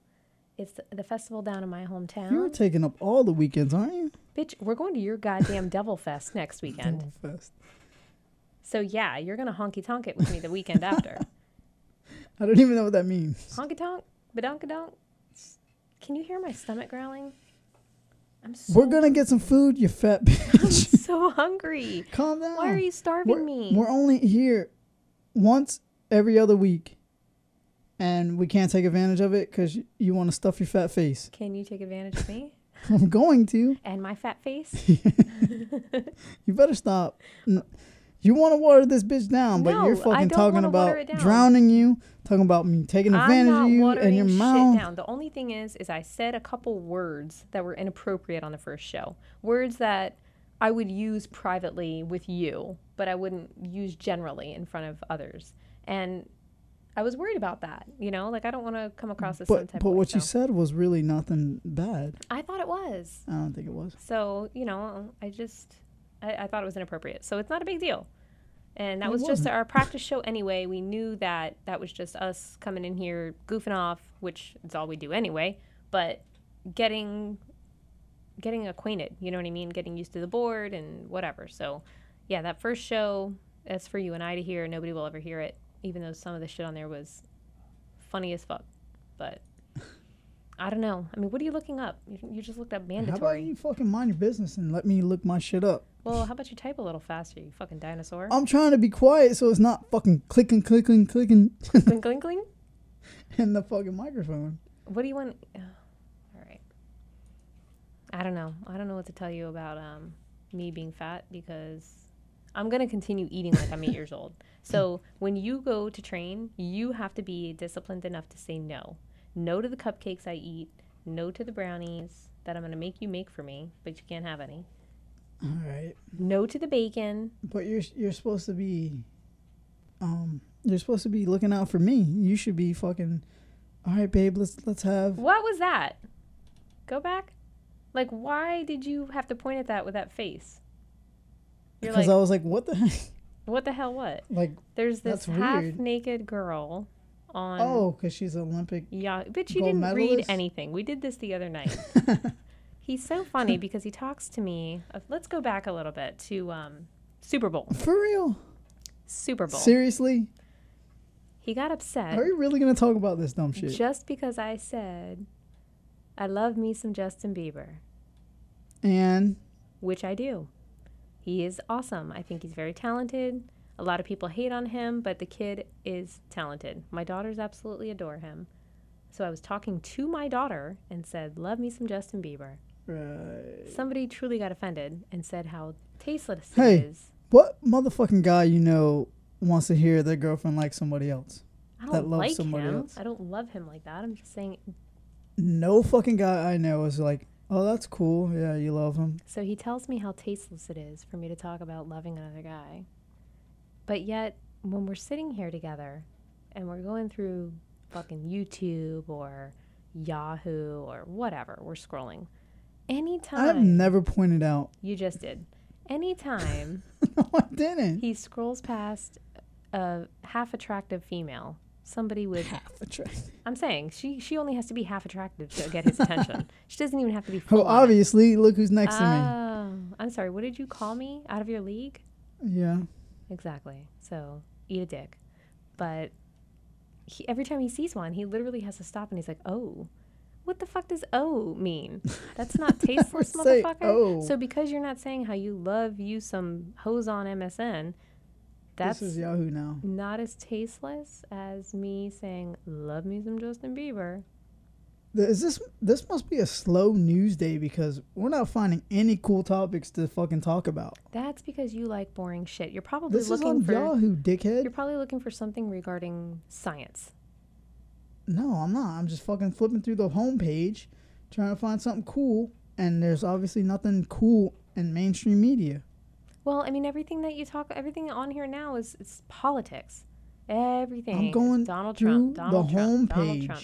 It's the festival down in my hometown. you were taking up all the weekends, aren't you? Bitch, we're going to your goddamn Devil Fest next weekend. Devil Fest. So yeah, you're gonna honky tonk it with me the weekend after. I don't even know what that means. honky tonk, badonka donk. Can you hear my stomach growling? I'm so, We're gonna get some food, you fat bitch. so hungry. Calm down. Why are you starving we're, me? We're only here once every other week, and we can't take advantage of it because you, you want to stuff your fat face. Can you take advantage of me I'm going to. and my fat face? You better stop. N- You want to water this bitch down, but No, I you're fucking don't talking wanna water about it down. drowning you, talking about me taking advantage of you watering and your mouth. Shit down. The only thing is, is I said a couple words that were inappropriate on the first show. Words that I would use privately with you, but I wouldn't use generally in front of others. And I was worried about that. You know, like I don't want to come across as some But type but of. what you so. said was really nothing bad. I thought it was. I don't think it was. So you know, I just I, I thought it was inappropriate. So it's not a big deal. And that It was just wasn't. our practice show anyway. We knew that that was just us coming in here goofing off, which is all we do anyway. But getting getting acquainted, you know what I mean? Getting used to the board and whatever. So yeah, that first show that's for you and I to hear. Nobody will ever hear it, even though some of the shit on there was funny as fuck. But I don't know. I mean, what are you looking up? You, you just looked up mandatory. How about you fucking mind your business and let me look my shit up? Well, how about you type a little faster, you fucking dinosaur? I'm trying to be quiet so it's not fucking clicking, clicking, clicking Gling, gling, gling. in the fucking microphone. What do you want? Oh, all right. I don't know. I don't know what to tell you about um, me being fat because I'm going to continue eating like I'm eight years old. So when you go to train, you have to be disciplined enough to say no. No to the cupcakes I eat, no to the brownies that I'm going to make you make for me, but you can't have any. All right, No to the bacon. but you're you're supposed to be, um, you're supposed to be looking out for me. You should be fucking. All right, babe. Let's let's have. What was that? Go back. Like, why did you have to point at that with that face? You're Because like, I was like, what the heck? what the hell? What? Like, There's this That's weird. half-naked girl on. oh, because she's an Olympic. Yeah, but you Gold didn't read medalist? anything. We did this the other night. He's so funny because he talks to me. uh, Let's go back a little bit to um, Super Bowl. For real? Super Bowl. Seriously? he got upset Are you really gonna talk about this dumb shit? just because I said, "I love me some Justin Bieber." And which I do. He is awesome. I think he's very talented. A lot of people hate on him, but the kid is talented. My daughters absolutely adore him. So I was talking to my daughter and said, Love me some Justin Bieber. right. Somebody truly got offended and said how tasteless Hey. it is. What motherfucking guy you know wants to hear their girlfriend like somebody else? I That don't loves like somebody him. else. I don't love him like that. I'm just saying no fucking guy I know is like, oh, that's cool. Yeah, you love him. So he tells me how tasteless it is for me to talk about loving another guy. But yet, when we're sitting here together and we're going through fucking YouTube or Yahoo or whatever, we're scrolling. I've Anytime never pointed out. you just did. Anytime No, I didn't. he scrolls past a half attractive female, somebody with Attract- I'm saying she she only has to be half attractive to get his attention. she doesn't even have to be full. Well, on it. obviously, look who's next to Oh, I'm sorry. What did you call me? Out of your league? me. Yeah. Exactly. So eat a dick. But he, every time he sees one, he literally has to stop and he's like, oh, what the fuck does oh mean? That's not tasteless, say motherfucker. oh. So because you're not saying how you love you some hose on MSN, that's this is Yahoo now. not as tasteless as me saying love me some Justin Bieber. Th- Is this this must be a slow news day because we're not finding any cool topics to fucking talk about. That's because you like boring shit. You're probably This is looking on for Yahoo, dickhead. you're probably looking for something regarding science. No, I'm not. I'm just fucking flipping through the homepage, trying to find something cool, and there's obviously nothing cool in mainstream media. Well, I mean, everything that you talk, everything on here now is it's politics. Everything. I'm is going Donald through Trump. Donald the homepage Trump. Donald Trump.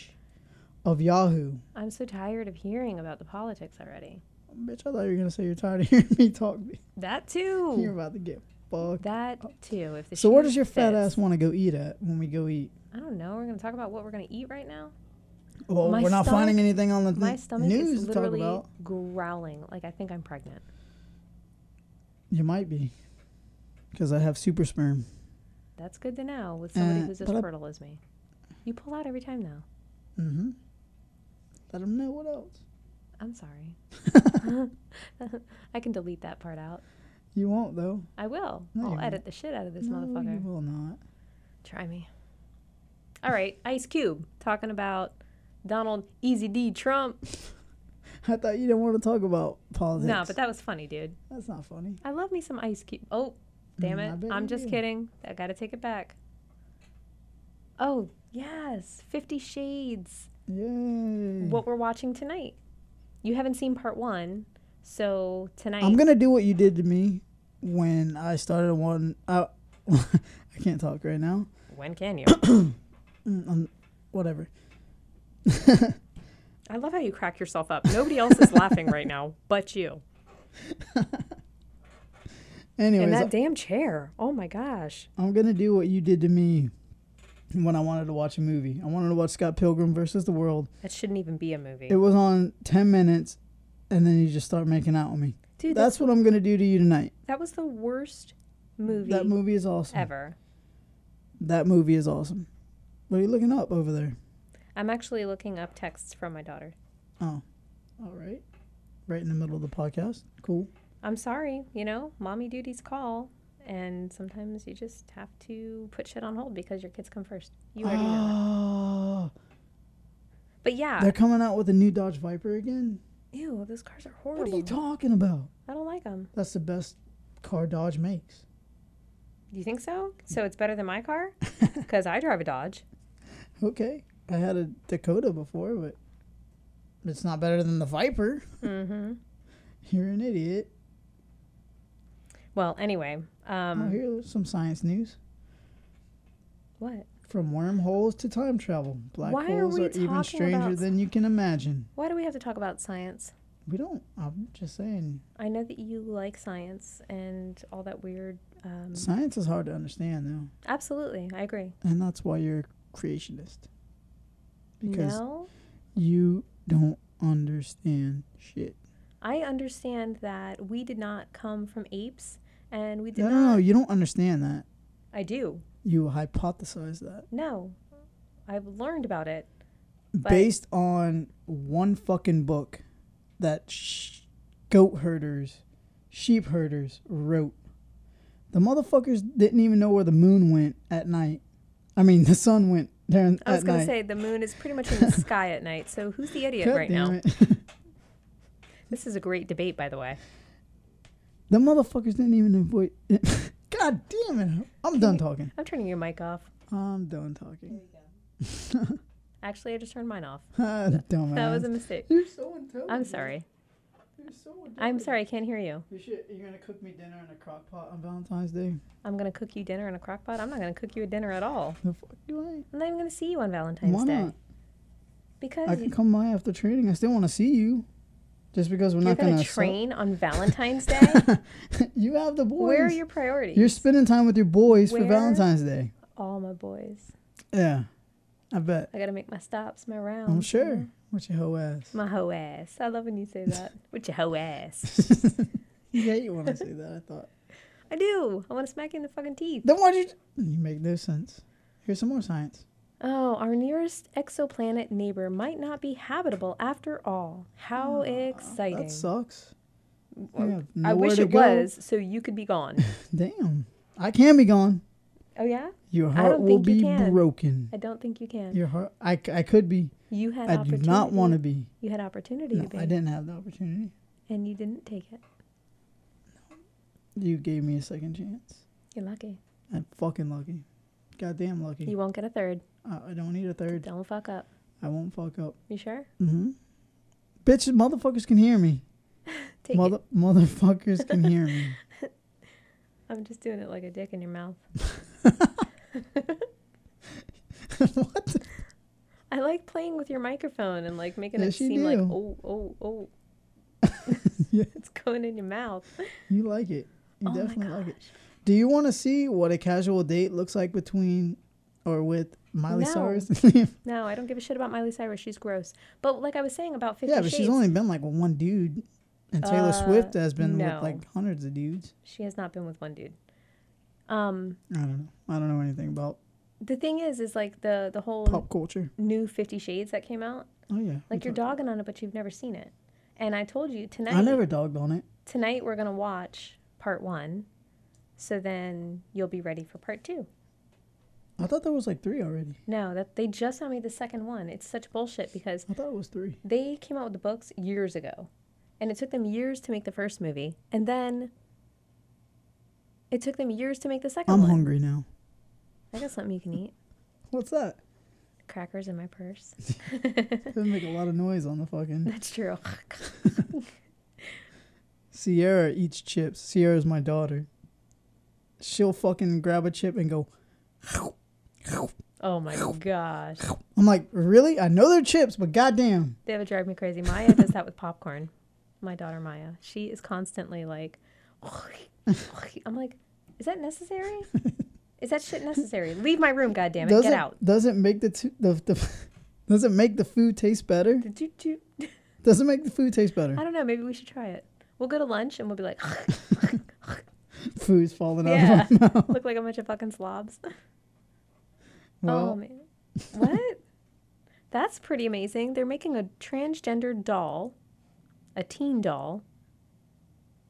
of Yahoo. I'm so tired of hearing about the politics already. Bitch, I thought you were gonna say you're tired of hearing me talk. That You're too. about to get fucked. That too. If the Oh. So where shoe does your fat fits. ass want to go eat at when we go eat? I don't know. We're gonna talk about what we're gonna eat right now. Well, My we're not stomach- finding anything on the My th- stomach news to is talk literally about. growling. Like I think I'm pregnant. You might be, because I have super sperm. That's good to know with somebody Uh, who's as but I- fertile as me. You pull out every time though. Mm-hmm. Let them know what else. I'm sorry. I can delete that part out. You won't though. I will. No, you I'll won't. edit the shit out of this no, motherfucker. you will not. Try me. All right, Ice Cube talking about Donald Easy D Trump. I thought you didn't want to talk about politics. No, but that was funny, dude. that's not funny. I love me some Ice Cube. Oh, damn Mm, I it. bet I'm you just do. kidding. I got to take it back. Oh, yes. 50 Shades. Yay! What we're watching tonight. You haven't seen part 1, so tonight I'm gonna do what you did to me when I started one. I, I can't talk right now. When can you? Mm, um, whatever. I love how you crack yourself up. Nobody else is laughing right now but you. Anyways, In that damn chair. Oh my gosh. I'm gonna do what you did to me when I wanted to watch a movie. I wanted to watch Scott Pilgrim versus the World. That shouldn't even be a movie. It was on ten minutes, and then you just start making out with me. Dude, That's what I'm gonna do to you tonight. That was the worst movie, That movie is awesome. ever. That movie is awesome. What are you looking up over there? I'm actually looking up texts from my daughter. Oh, all right, right in the middle of the podcast. Cool. I'm sorry, you know, mommy duties call, and sometimes you just have to put shit on hold because your kids come first. You already Ah. know. That. Oh, But yeah, they're coming out with a new Dodge Viper again. ew, those cars are What are horrible. you talking about? I don't like them. That's the best car Dodge makes. Do you think so? So it's better than my car because I drive a Dodge. Okay, I had a Dakota before, but it's not better than the Viper. hmm You're an idiot. Well, anyway, oh, um, here's some science news. what? From wormholes to time travel, black Why are holes we are, even talking stranger about- than you can imagine. Why do we have to talk about science? We don't. I'm just saying, I know that you like science and all that weird. Um, science is hard to understand, though. absolutely, I agree. and that's why you're a creationist because no, you don't understand shit. I understand that we did not come from apes, and we did No, not. no, no, you don't understand that. I do. You hypothesize that No, I've learned about it. But- based on one fucking book that sh- goat herders, sheep herders wrote. The motherfuckers didn't even know where the moon went at night. I mean, the sun went during I was at going to night. say the moon is pretty much in the sky at night. So who's the idiot God right damn now? it. This is a great debate, by the way. the motherfuckers didn't even avoid. God damn it! I'm done talking. I'm turning your mic off. I'm done talking. Actually, I just turned mine off. Dumbass. That was a mistake. You're so intelligent. I'm sorry. You're so I'm intelligent. sorry. I can't hear you. You should, you're gonna cook me dinner in a crock pot on Valentine's Day. I'm gonna cook you dinner in a crock pot. I'm not gonna cook you a dinner at all. The fuck you ain't. I'm not even gonna see you on Valentine's Why Day not? because I can come by after training. I still want to see you. Just because we're you're not gonna, gonna train on Valentine's Day. you have the boys. Where are your priorities? You're spending time with your boys Where- for Valentine's Day. all my boys. Yeah, I bet. I gotta make my stops, my rounds. I'm you sure. know? What's your hoe ass? My hoe ass. I love when you say that. With your hoe ass. You hate you when I say that. I thought. I do. I want to smack you in the fucking teeth. Then why'd you? You make no sense. Here's some more science. Oh, our nearest exoplanet neighbor might not be habitable after all. How exciting. That sucks. Well, Yeah, I nowhere wish to it go. was so you could be gone. Damn. I can be gone. oh, yeah? Your I heart don't will think you be can. broken. I don't think you can. Your heart. I, c- I could be. You had I do opportunity. not want to be. You had opportunity No, to be. I didn't have the opportunity. And you didn't take it. You gave me a second chance. You're lucky. I'm fucking lucky. Goddamn lucky. You won't get a third. I, I don't need a third. Don't fuck up. I won't fuck up. You sure? Mm-hmm. Bitches, motherfuckers can hear me. Take Mother, it. motherfuckers can hear me. I'm just doing it like a dick in your mouth. what? the- I like playing with your microphone and like making it Yes, you seem like do. oh oh oh. Yeah. It's going in your mouth. You like it. You oh definitely my gosh. like it. Do you want to see what a casual date looks like between or with Miley No. Cyrus? No, I don't give a shit about Miley Cyrus. She's gross. But like I was saying about Fifty yeah, but Shades, she's only been like with one dude, and Taylor Swift Uh, has been no. with like hundreds of dudes. she has not been with one dude. Um, I don't know. I don't know anything about the thing is, is like the the whole pop culture. new Fifty Shades that came out. Oh yeah, we Like you're talked- dogging on it, but you've never seen it. And I told you tonight. I never dogged on it. Tonight we're gonna watch part one, so then you'll be ready for part two. I thought there was like three already. No, that they just not made the second one. It's such bullshit because I thought it was three. they came out with the books years ago and it took them years to make the first movie and then it took them years to make the 2nd I'm one hungry now. i got something you can eat What's that? crackers in my purse It would make a lot of noise on the fucking that's true Sierra eats chips. Sierra's my daughter. She'll fucking grab a chip and go. oh my gosh I'm like, really? I know they're chips, but goddamn. they would drive me crazy maya does that with popcorn my daughter maya she is constantly like i'm like is that necessary is that shit necessary leave my room goddammit. doesn't get out doesn't make the t- the, the doesn't make the food taste better. Did you- you- Doesn't make the food taste better. i don't know maybe we should try it we'll go to lunch and we'll be like Food's falling out Yeah. of Oh, my mouth. Look like a bunch of fucking slobs. oh Well, man. What? That's pretty amazing. They're making a transgender doll, a teen doll.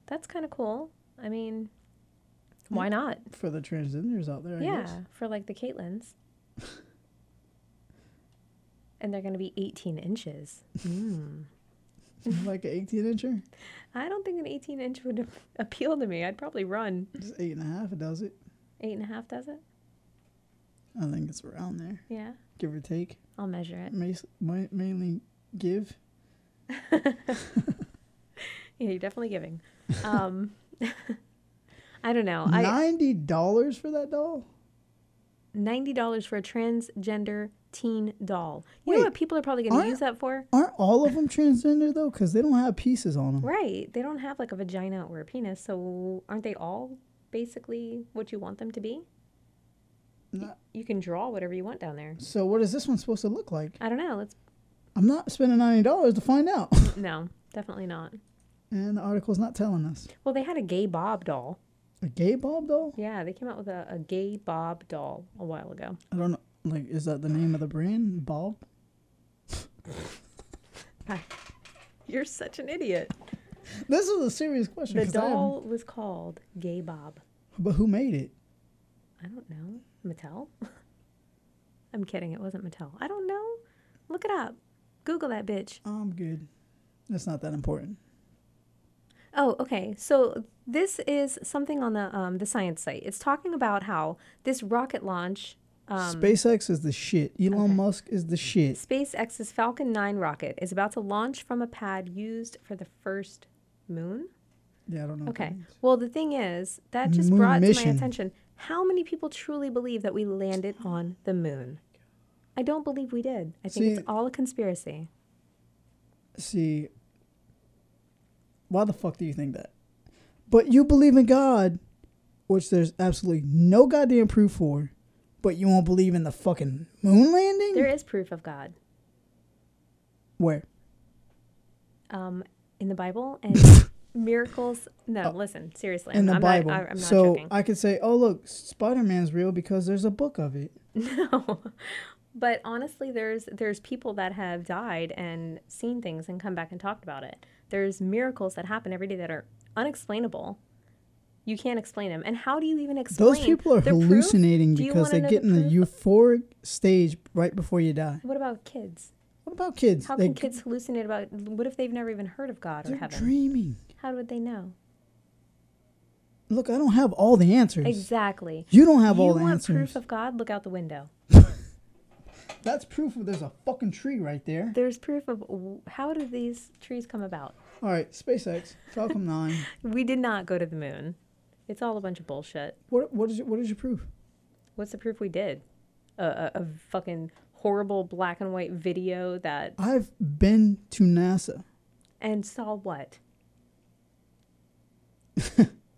That's kind of cool. I mean, why not? for the transgenders out there, I yeah, guess. for like the Caitlins. and they're going to be 18 inches. Mm. like an 18 incher, I don't think an 18 inch would appeal to me. I'd probably run. just eight and a half. It does it. Eight and a half, does it? I think it's around there, Yeah. give or take. I'll measure it. Mas- ma- mainly give. Yeah, you're definitely giving. Um, I don't know. I, Ninety dollars for that doll? ninety dollars for a transgender teen doll. You Wait, know what people are probably going to aren't- use that for? Aren't all of them transgender though? Because they don't have pieces on them. Right? They don't have like a vagina or a penis, so aren't they all basically what you want them to be? No. You can draw whatever you want down there. So what is this one supposed to look like? I don't know. Let's I'm not spending ninety dollars to find out. no, definitely not. and the article's not telling us. Well, they had a gay Bob doll. A gay Bob doll? Yeah, they came out with a, a gay Bob doll a while ago. I don't know. Like, is that the name of the brand? Bob? You're such an idiot. This is a serious question. The 'cause I haven't- doll was called Gay Bob. But who made it? I don't know. Mattel? I'm kidding. It wasn't Mattel. I don't know. Look it up. Google that bitch. I'm good. That's not that important. Oh, okay. So this is something on the um, the science site. It's talking about how this rocket launch SpaceX is the shit. Elon okay. Musk is the shit. SpaceX's Falcon 9 rocket is about to launch from a pad used for the first moon. Yeah, I don't know. what that Okay. means. Well, the thing is, that just Mm-hmm. Moon brought to my mission. attention how many people truly believe that we landed on the moon. I don't believe we did. I think See- it's all a conspiracy. See, why the fuck do you think that? But you believe in God, which there's absolutely no goddamn proof for, but you won't believe in the fucking moon landing? There is proof of God Where? um, in the Bible and miracles. No, listen, seriously. Oh. in the I'm Bible. Not, I, am not so joking. I could say, oh, look, Spider Man's real because there's a book of it. No. But honestly, there's there's people that have died and seen things and come back and talked about it. There's miracles that happen every day that are unexplainable. You can't explain them. And how do you even explain? Those people are the proof? hallucinating Do you because wanna they know get in the proof? euphoric stage right before you die. What about kids? What about kids? How they, can kids hallucinate about? What if they've never even heard of God or They're heaven? dreaming. How would they know? Look, I don't have all the answers. Exactly. You don't have you all the want answers. proof of God? Look out the window. That's proof of there's a fucking tree right there. There's proof of how do these trees come about? All right, SpaceX Falcon 9. We did not go to the moon. It's all a bunch of bullshit. What what is your, what is your proof? What's the proof we did? A, a, a fucking horrible black and white video that I've been to NASA. and saw what?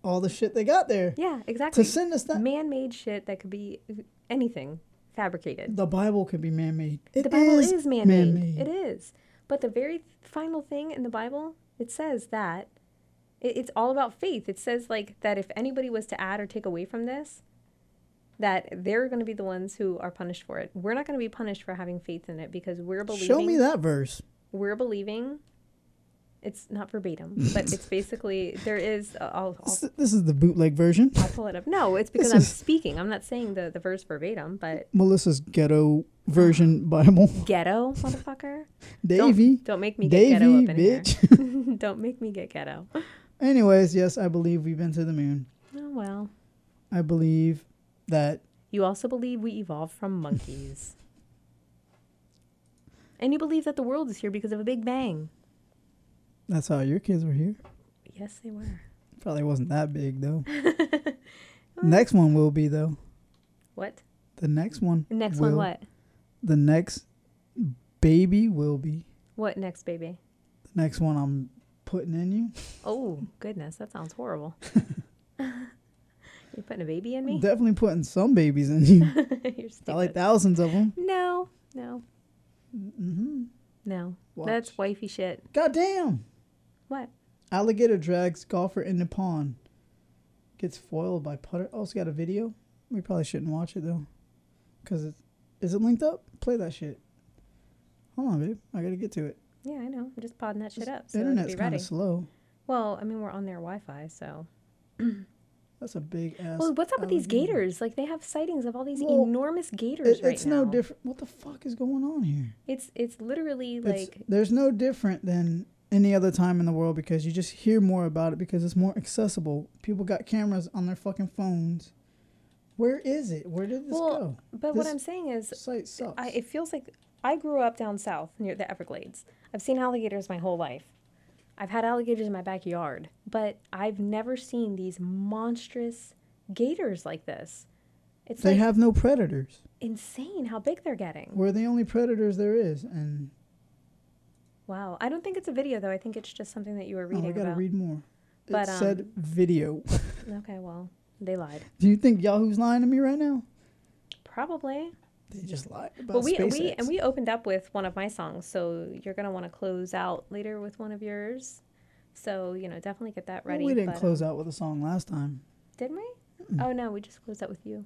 All the shit they got there Yeah, exactly. to send us that. Man-made shit that could be anything fabricated. the Bible could be man-made. It the Bible is, man-made. man-made. It is. But the very final thing in the Bible, it says that it, it's all about faith. It says like that if anybody was to add or take away from this, that they're going to be the ones who are punished for it. We're not going to be punished for having faith in it because we're believing. Show me that verse. we're believing it's not verbatim but it's basically there is uh, I'll, I'll, This, this is the bootleg version. I'll pull it up no it's because i'm speaking i'm not saying the, the verse verbatim but Melissa's ghetto version Bible. ghetto motherfucker Davy. don't, don't make me get ghetto Davy, up in bitch. here don't make me get ghetto oh Anyways, yes, I believe we've been to the moon. well I believe that you also believe we evolved from monkeys and you believe that the world is here because of a big bang that's how your kids were here. yes they were Probably wasn't that big though. next one will be though. what The next one. next one will- what The next baby will be. what next baby The next one I'm putting in you. oh goodness that sounds horrible you're putting a baby in me Definitely putting some babies in you. You're Probably stupid. thousands of them. No, no, Mm-hmm. no. That's wifey shit. Goddamn! What? Alligator drags golfer in the pond. Gets foiled by putter. Oh, it's got a video. We probably shouldn't watch it though. Because it's. Is it linked up? Play that shit. Hold on, babe. I gotta get to it. Yeah, I know. I'm just podding that shit up. So it'll Internet's be kind ready. of slow. well, I mean, we're on their Wi-Fi, so. That's a big ass. Well, what's up with these alligator. gators? Like they have sightings of all these Um, Well, enormous gators It, right it's now. no different. What the fuck is going on here? It's it's literally It's- like there's no different than any other time in the world because you just hear more about it because it's more accessible. People got cameras on their fucking phones. Where is it? Where did this well, but what this- I'm saying is, go? Site sucks. I, it feels like I grew up down south near the Everglades. I've seen alligators my whole life. I've had alligators in my backyard, but I've never seen these monstrous gators like this. It's they like have no predators. insane how big they're getting. We're the only predators there is, and oh, Wow. I don't think it's a video though. I think it's just something that you were oh, reading I gotta about. read more. It But, um, said video. Okay, well, they lied. Do you think Yahoo's lying to me right now? Probably. They just lied about Well, we SpaceX. we and we opened up with one of my songs, so you're gonna want to close out later with one of yours. So you know, definitely get that Well, ready. we didn't but, um, close Mm. out with a song last time. Didn't we? Oh no, we just closed out with you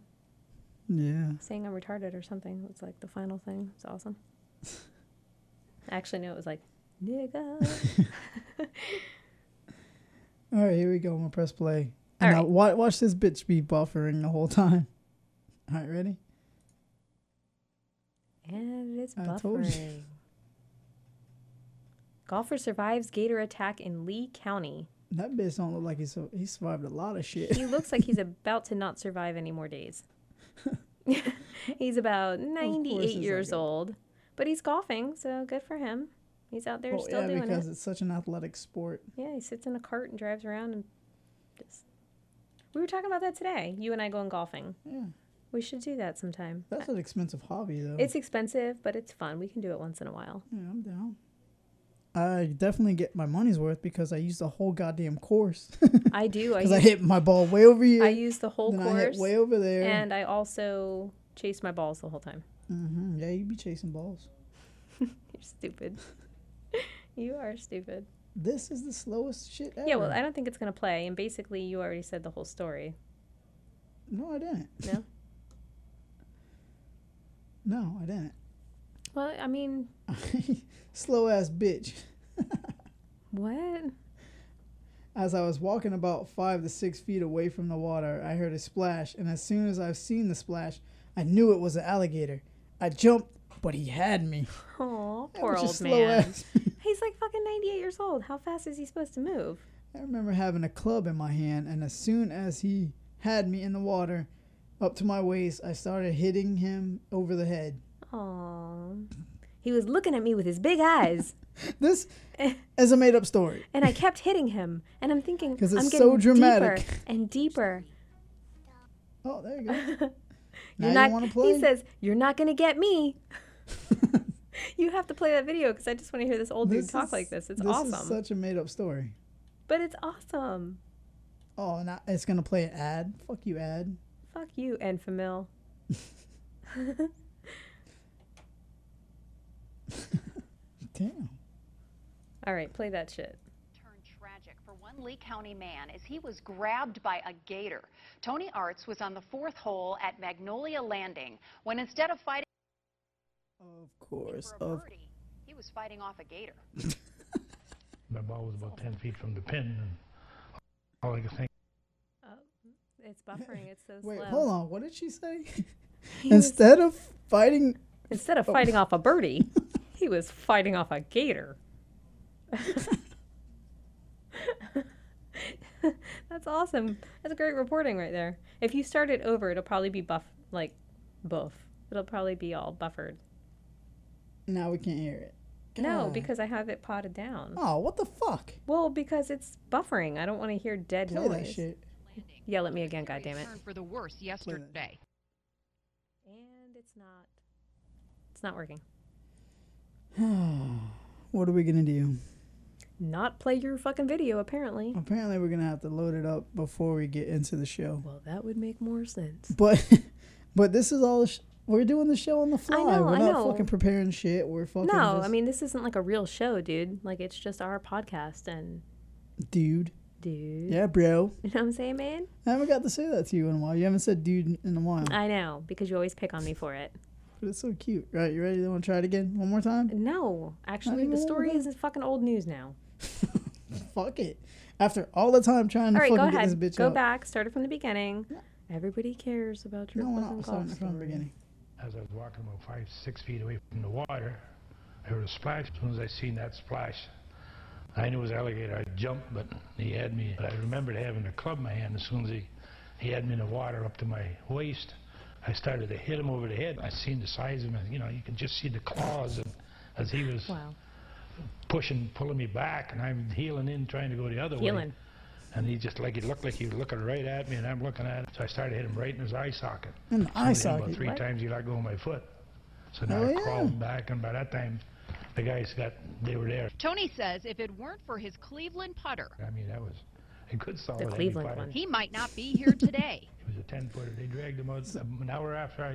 Yeah. saying I'm retarded or something. It's like the final thing. It's awesome. Actually, no, it was like nigga. All right, here we go. I'm gonna press play. All And now right. wa- watch this bitch be buffering the whole time. All right, ready? and it's I told you. buffering. Golfer survives gator attack in Lee County. That bitch don't look like he su- he survived a lot of shit. He looks like he's about to not survive any more days. He's about 98 he's not years good. old, but he's golfing, so good for him. He's out there Well, still Oh, yeah, doing because it. it's such an athletic sport. Yeah, he sits in a cart and drives around and just. We were talking about that today. You and I going golfing. Yeah, We should do that sometime. that's an expensive hobby though. It's expensive, but it's fun. We can do it once in a while. yeah, I'm down. I definitely get my money's worth because I used the whole goddamn course I do. I because I use, hit my ball way over here, I use the whole then I hit course, way over there. and I also chase my balls the whole time. hmm Yeah, you be chasing balls. You're stupid. you are stupid. This is the slowest shit ever. Yeah, well, I don't think it's gonna play. And basically, you already said the whole story. no, I didn't. No? no, I didn't. Well, I mean, Slow ass bitch. what? As I was walking about five to six feet away from the water, I heard a splash, and as soon as I've seen the splash, I knew it was an alligator. I jumped, but he had me. Oh, I poor was old just slow man. ass. He's like fucking 98 years old. How fast is he supposed to move? I remember having a club in my hand, and as soon as he had me in the water, up to my waist, I started hitting him over the head. Oh. He was looking at me with his big eyes, This is a made up story. and I kept hitting him. And I'm thinking, 'Cause I'm it's getting so dramatic. deeper and deeper. Oh, there you go. Now You're you not, want to play? He says, "You're not gonna get me." you have to play that video because I just want to hear this old dude talk is- like this. It's this awesome, is such a made up story. but it's awesome. Oh, and I, it's gonna play an ad. Fuck you, ad. Fuck you, Enfamil. Damn. All right, play that shit. turned tragic for one Lee County man as he was grabbed by a gator. Tony Arts was on the fourth hole at Magnolia Landing when instead of fighting Of for course. a Of birdie, he was fighting off a gator. My ball was about 10 feet from the pin, and all I could think Oh, it's buffering. It's so wait, slow. hold on. What did she say? Instead of fighting, Instead Oh. of fighting off a birdie, he was fighting off a gator. That's awesome. That's great reporting right there. If you start it over, it'll probably be buff like buff. It'll probably be all buffered. now we can't hear it. No, God. because I have it potted down. oh, what the fuck? Well, because it's buffering. I don't want to hear dead Play that noise. shit. Yell at me again, goddammit. Turned for the worse yesterday. And it's not. It's not working. What are we gonna do? Not play your fucking video apparently. Apparently, we're gonna have to load it up before we get into the show. Well, that would make more sense. But, but this is all. Sh- we're doing the show on the fly. know, we're I not know. fucking preparing shit. We're fucking. No, just, I mean this isn't like a real show, dude. Like it's just our podcast and dude. dude. Yeah, bro. You know what I'm saying, man? I haven't got to say that to you in a while. You haven't said dude in- in a while. I know because you always pick on me for it. But it's so cute. Right, you ready? You want to try it again? One more time? No, actually, even a the little story bit. is fucking old news now. Fuck it. After all the time trying to All right, go fucking get this ahead. bitch Go up. back. Start it from the beginning. Everybody cares about your No, we're fucking not golf starting from the story. beginning. as I was walking about five, six feet away from the water, I heard a splash. As soon as I seen that splash, I knew it was alligator. I jumped, but he had me. But I remembered having a club in my hand. As soon as he, he had me in the water up to my waist, I started to hit him over the head. I seen the size of him. and, You know, you could just see the claws and, as he was Wow, pushing, pulling me back, and I'm heeling in, trying to go the other way. Heeling. And he just like he looked like he was looking right at me, and I'm looking at him. So I started hitting him right in his eye socket. In the eye Only hit him socket? About three What? times he let go of my foot. So now Oh, I yeah. crawled back, and by that time, the guys got they were there. Tony says if it weren't for his Cleveland putter, I mean that was a good solid. the heavy Cleveland putter. one. he might not be here today. It was a ten footer. They dragged him out an hour after I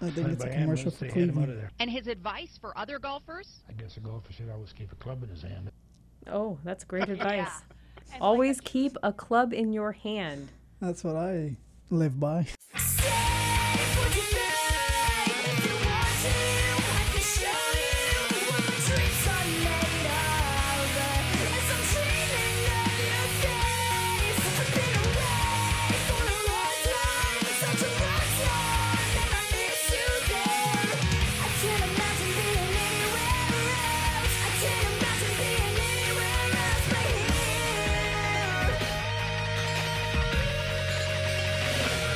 I think went it's a by commercial ambulance, for They had him out Cleveland. of there. and his advice for other golfers? I guess a golfer should always keep a club in his hand. Oh, that's great advice. Always keep a club in your hand. That's what I live by.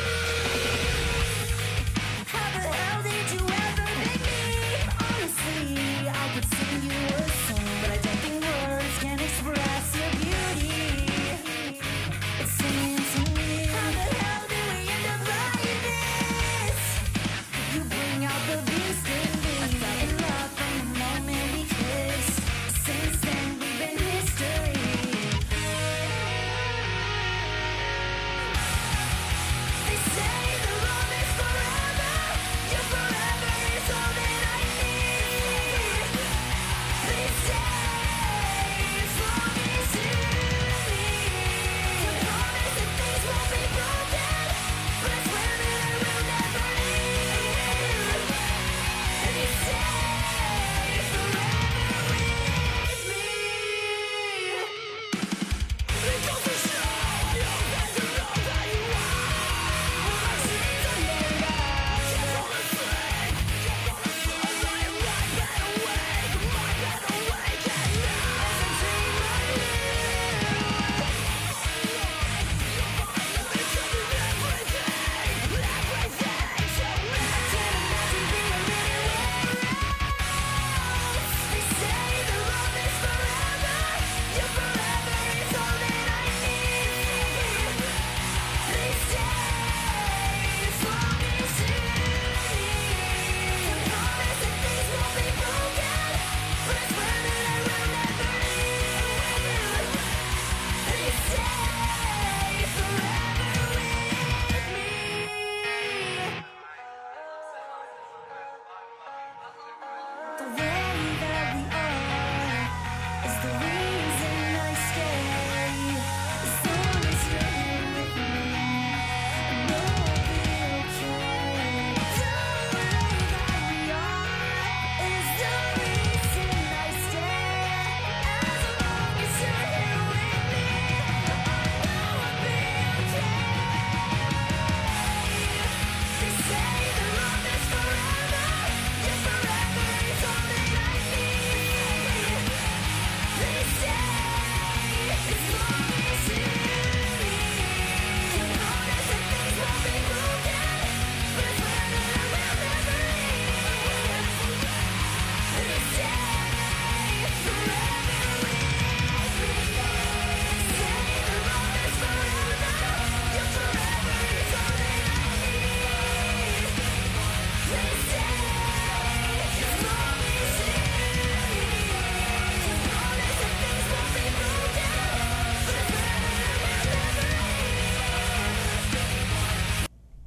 Thank you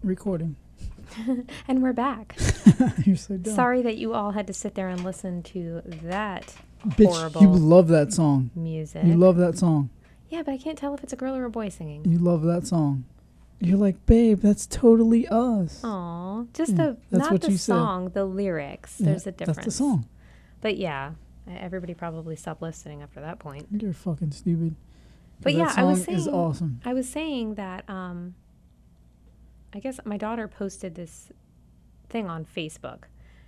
recording. And we're back. You're so dumb. Sorry that you all had to sit there and listen to that Bitch, horrible you love that song. music. You love that song. yeah, but I can't tell if it's a girl or a boy singing. You love that song. You're like, babe, that's totally us. Oh, Aw, just the Hmm. that's not what the you said. song, the lyrics. Yeah, There's a difference. That's the song. But yeah, e, everybody probably stopped listening after that point. You're fucking stupid. But that yeah, song I was is saying- awesome. I was saying that um, I guess my daughter posted this thing on Facebook,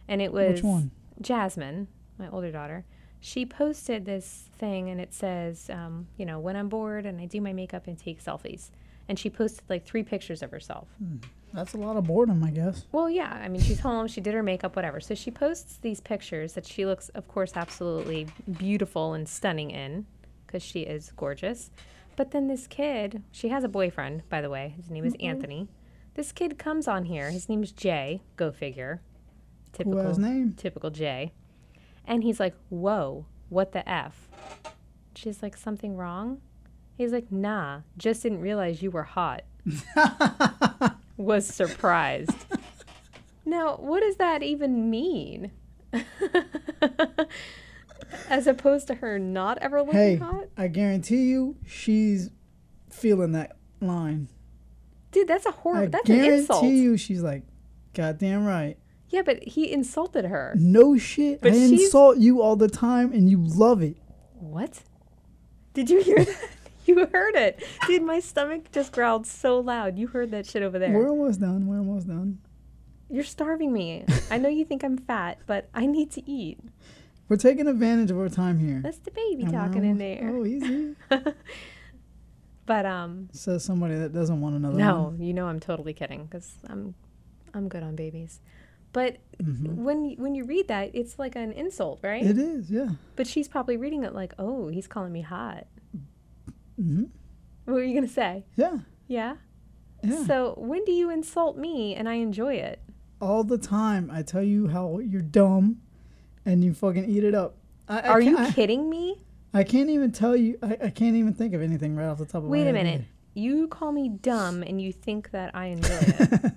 and it was Which one? Jasmine, my older daughter. She posted this thing, and it says, um, you know, when I'm bored and I do my makeup and take selfies. And she posted like three pictures of herself. That's a lot of boredom, I guess. Well, yeah. I mean, she's home. She did her makeup, whatever. So she posts these pictures that she looks, of course, absolutely beautiful and stunning in because she is gorgeous. But then this kid, she has a boyfriend, by the way. His name is Anthony. This kid comes on here. His name's Jay. Go figure. Typical Cool ass name. Typical Jay. And he's like, whoa, what the F? She's like, something wrong? He's like, nah, just didn't realize you were hot. Was surprised. now, what does that even mean? As opposed to her not ever looking Hey, hot? I guarantee you, she's feeling that line. Dude, that's a horrible, I that's an guarantee insult. you, she's like, goddamn right. Yeah, but he insulted her. No shit. But I she's- insult you all the time, and you love it. What? Did you hear that? You heard it. Dude, my stomach just growled so loud. You heard that shit over there. We're almost done. We're almost done. You're starving me. I know you think I'm fat, but I need to eat. We're taking advantage of our time here. That's the baby And we're talking in almost- there. Oh, easy. But um Says somebody that doesn't want another one. no, you know I'm totally kidding cuz I'm I'm good on babies. But when when you read that, it's like an insult, right? Mm-hmm. It is, yeah. but she's probably reading it like, "Oh, he's calling me hot." What were you going to say? Mm-hmm. Yeah. Yeah? Yeah. So, when do you insult me and I enjoy it? all the time. I tell you how you're dumb, and you fucking eat it up. I, I Are you can't- kidding me? I, I can't even tell you. I, I can't even think of anything right off the top of Wait my a head. minute. You call me dumb and you think that I enjoy it.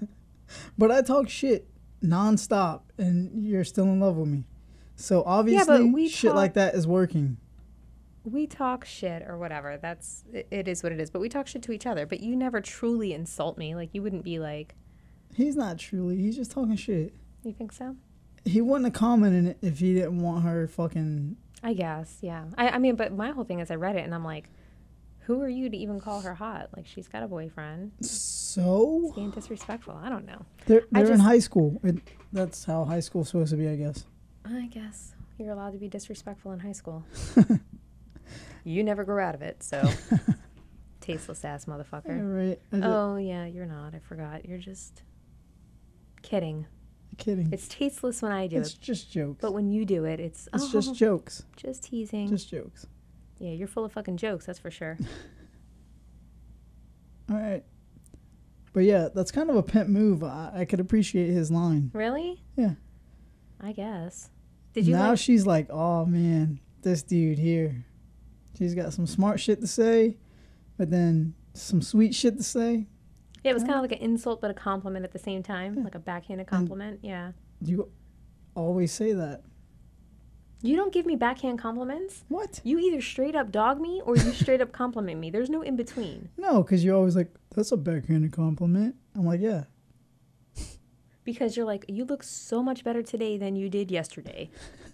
But I talk shit nonstop, and you're still in love with me. So obviously, we shit like talk- that is working. we talk shit or whatever. That's it, it is what it is. But we talk shit to each other. But you never truly insult me. Like you wouldn't be like, He's not truly. He's just talking shit. you think so? He wouldn't have commented it if he didn't want her fucking. I guess, yeah. I, I mean, but my whole thing is, I read it and I'm like, who are you to even call her hot? Like she's got a boyfriend. So Being disrespectful. I don't know. they're I they're in just- high school. It, that's how high school's supposed to be, I guess. I guess you're allowed to be disrespectful in high school. you never grew out of it, so tasteless ass All motherfucker. right. I just, Oh yeah, you're not. I forgot. You're just kidding. kidding. It's, It's tasteless when I do it, just jokes. But when you do it, it's It's oh, just jokes. just teasing. Just jokes. yeah, you're full of fucking jokes, that's for sure. All right. But yeah, that's kind of a pimp move. I, I could appreciate his line. really? Yeah. I guess. Did you now like, she's like, oh man, this dude here. She's got some smart shit to say, but then some sweet shit to say. Yeah, it was kind of like an insult but a compliment at the same time, like a backhanded compliment. yeah. You always say that. You don't give me backhand compliments. What? You either straight up dog me or you straight up compliment me. There's no in between. No, because you're always like, that's a backhanded compliment. I'm like, yeah. Because you're like, you look so much better today than you did yesterday.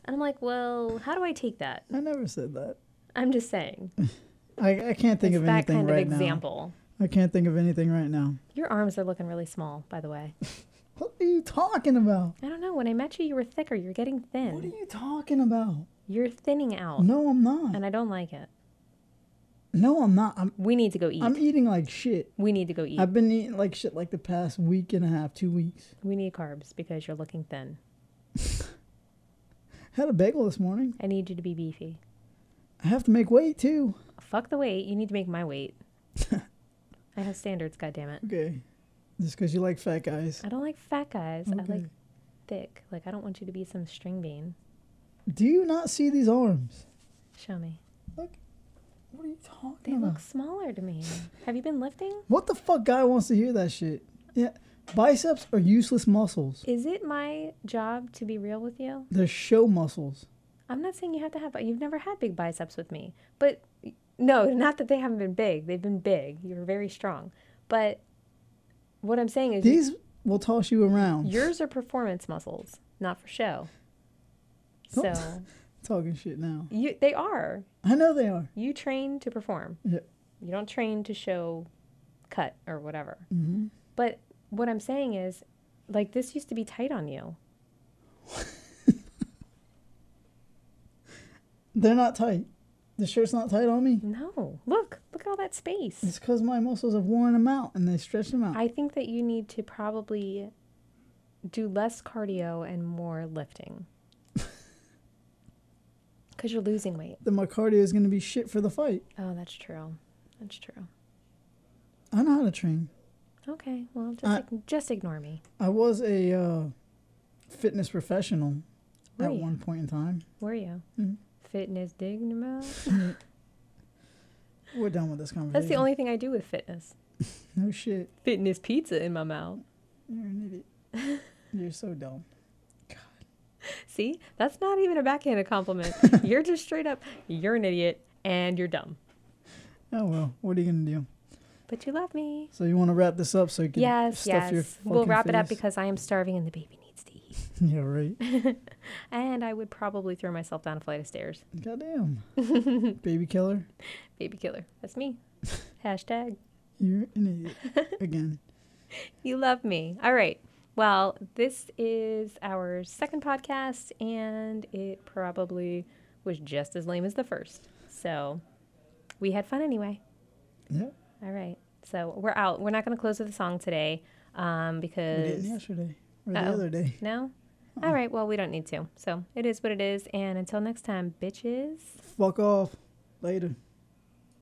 And I'm like, well, how do I take that? I never said that. I'm just saying. I, I can't think it's of that anything kind right of example. now. I can't think of anything right now. Your arms are looking really small, by the way. What are you talking about? I don't know. When I met you, you were thicker. You're getting thin. What are you talking about? You're thinning out, No, I'm not. and I don't like it. No, I'm not. I'm We need to go eat. I'm eating like shit. we need to go eat. I've been eating like shit like the past week and a half, two weeks. we need carbs because you're looking thin. Had a bagel this morning. I need you to be beefy. I have to make weight too. Fuck the weight. You need to make my weight. I have standards, goddammit. Okay. Just because you like fat guys. I don't like fat guys. I like Okay. thick. Like, I don't want you to be some string bean. Do you not see these arms? Show me. What are you talking They about? look smaller to me. Have you been lifting? What the fuck guy wants to hear that shit? Yeah. Biceps are useless muscles. Is it my job to be real with you? They're show muscles. I'm not saying you have to have, but you've never had big biceps with me. But no, not that they haven't been big. They've been big. You're very strong. But what I'm saying is These will toss you around. yours are performance muscles, not for show. So Don't- talking shit now. you, they are. I know they are. You train to perform. Yeah. You don't train to show cut or whatever. Mm-hmm. But what I'm saying is, like, this used to be tight on you. They're not tight. The shirt's not tight on me. No, look, look at all that space. It's because my muscles have worn them out and they stretch them out. I think that you need to probably do less cardio and more lifting. Because you're losing weight. then my cardio is going to be shit for the fight. Oh, that's true. That's true. I know how to train. Okay, well, just, I- ig- just ignore me. I was a uh, fitness professional Were at you? one point in time. Were you? Mhm. Mm-hmm. Fitness dignimal. We're done with this conversation. That's the only thing I do with fitness. No shit. Fitness pizza in my mouth. You're an idiot. You're so dumb. See, that's not even a backhanded compliment. you're just straight up, you're an idiot and you're dumb. Oh well. What are you gonna do? But you love me. So you want to wrap this up so you can Yes, stuff your yes. We'll fucking wrap it up face? because I am starving and the baby needs to eat. yeah right. And I would probably throw myself down a flight of stairs. Goddamn. Baby killer. Baby killer. That's me. Hashtag. You're an idiot again. You love me. All right. Well, this is our second podcast, and it probably was just as lame as the first. So we had fun anyway. Yeah. All right. So we're out. We're not going to close with a song today um, We because. didn't yesterday or the Uh-oh. other day. No? All right. Well, we don't need to. So it is what it is. And until next time, bitches. Fuck off. Later.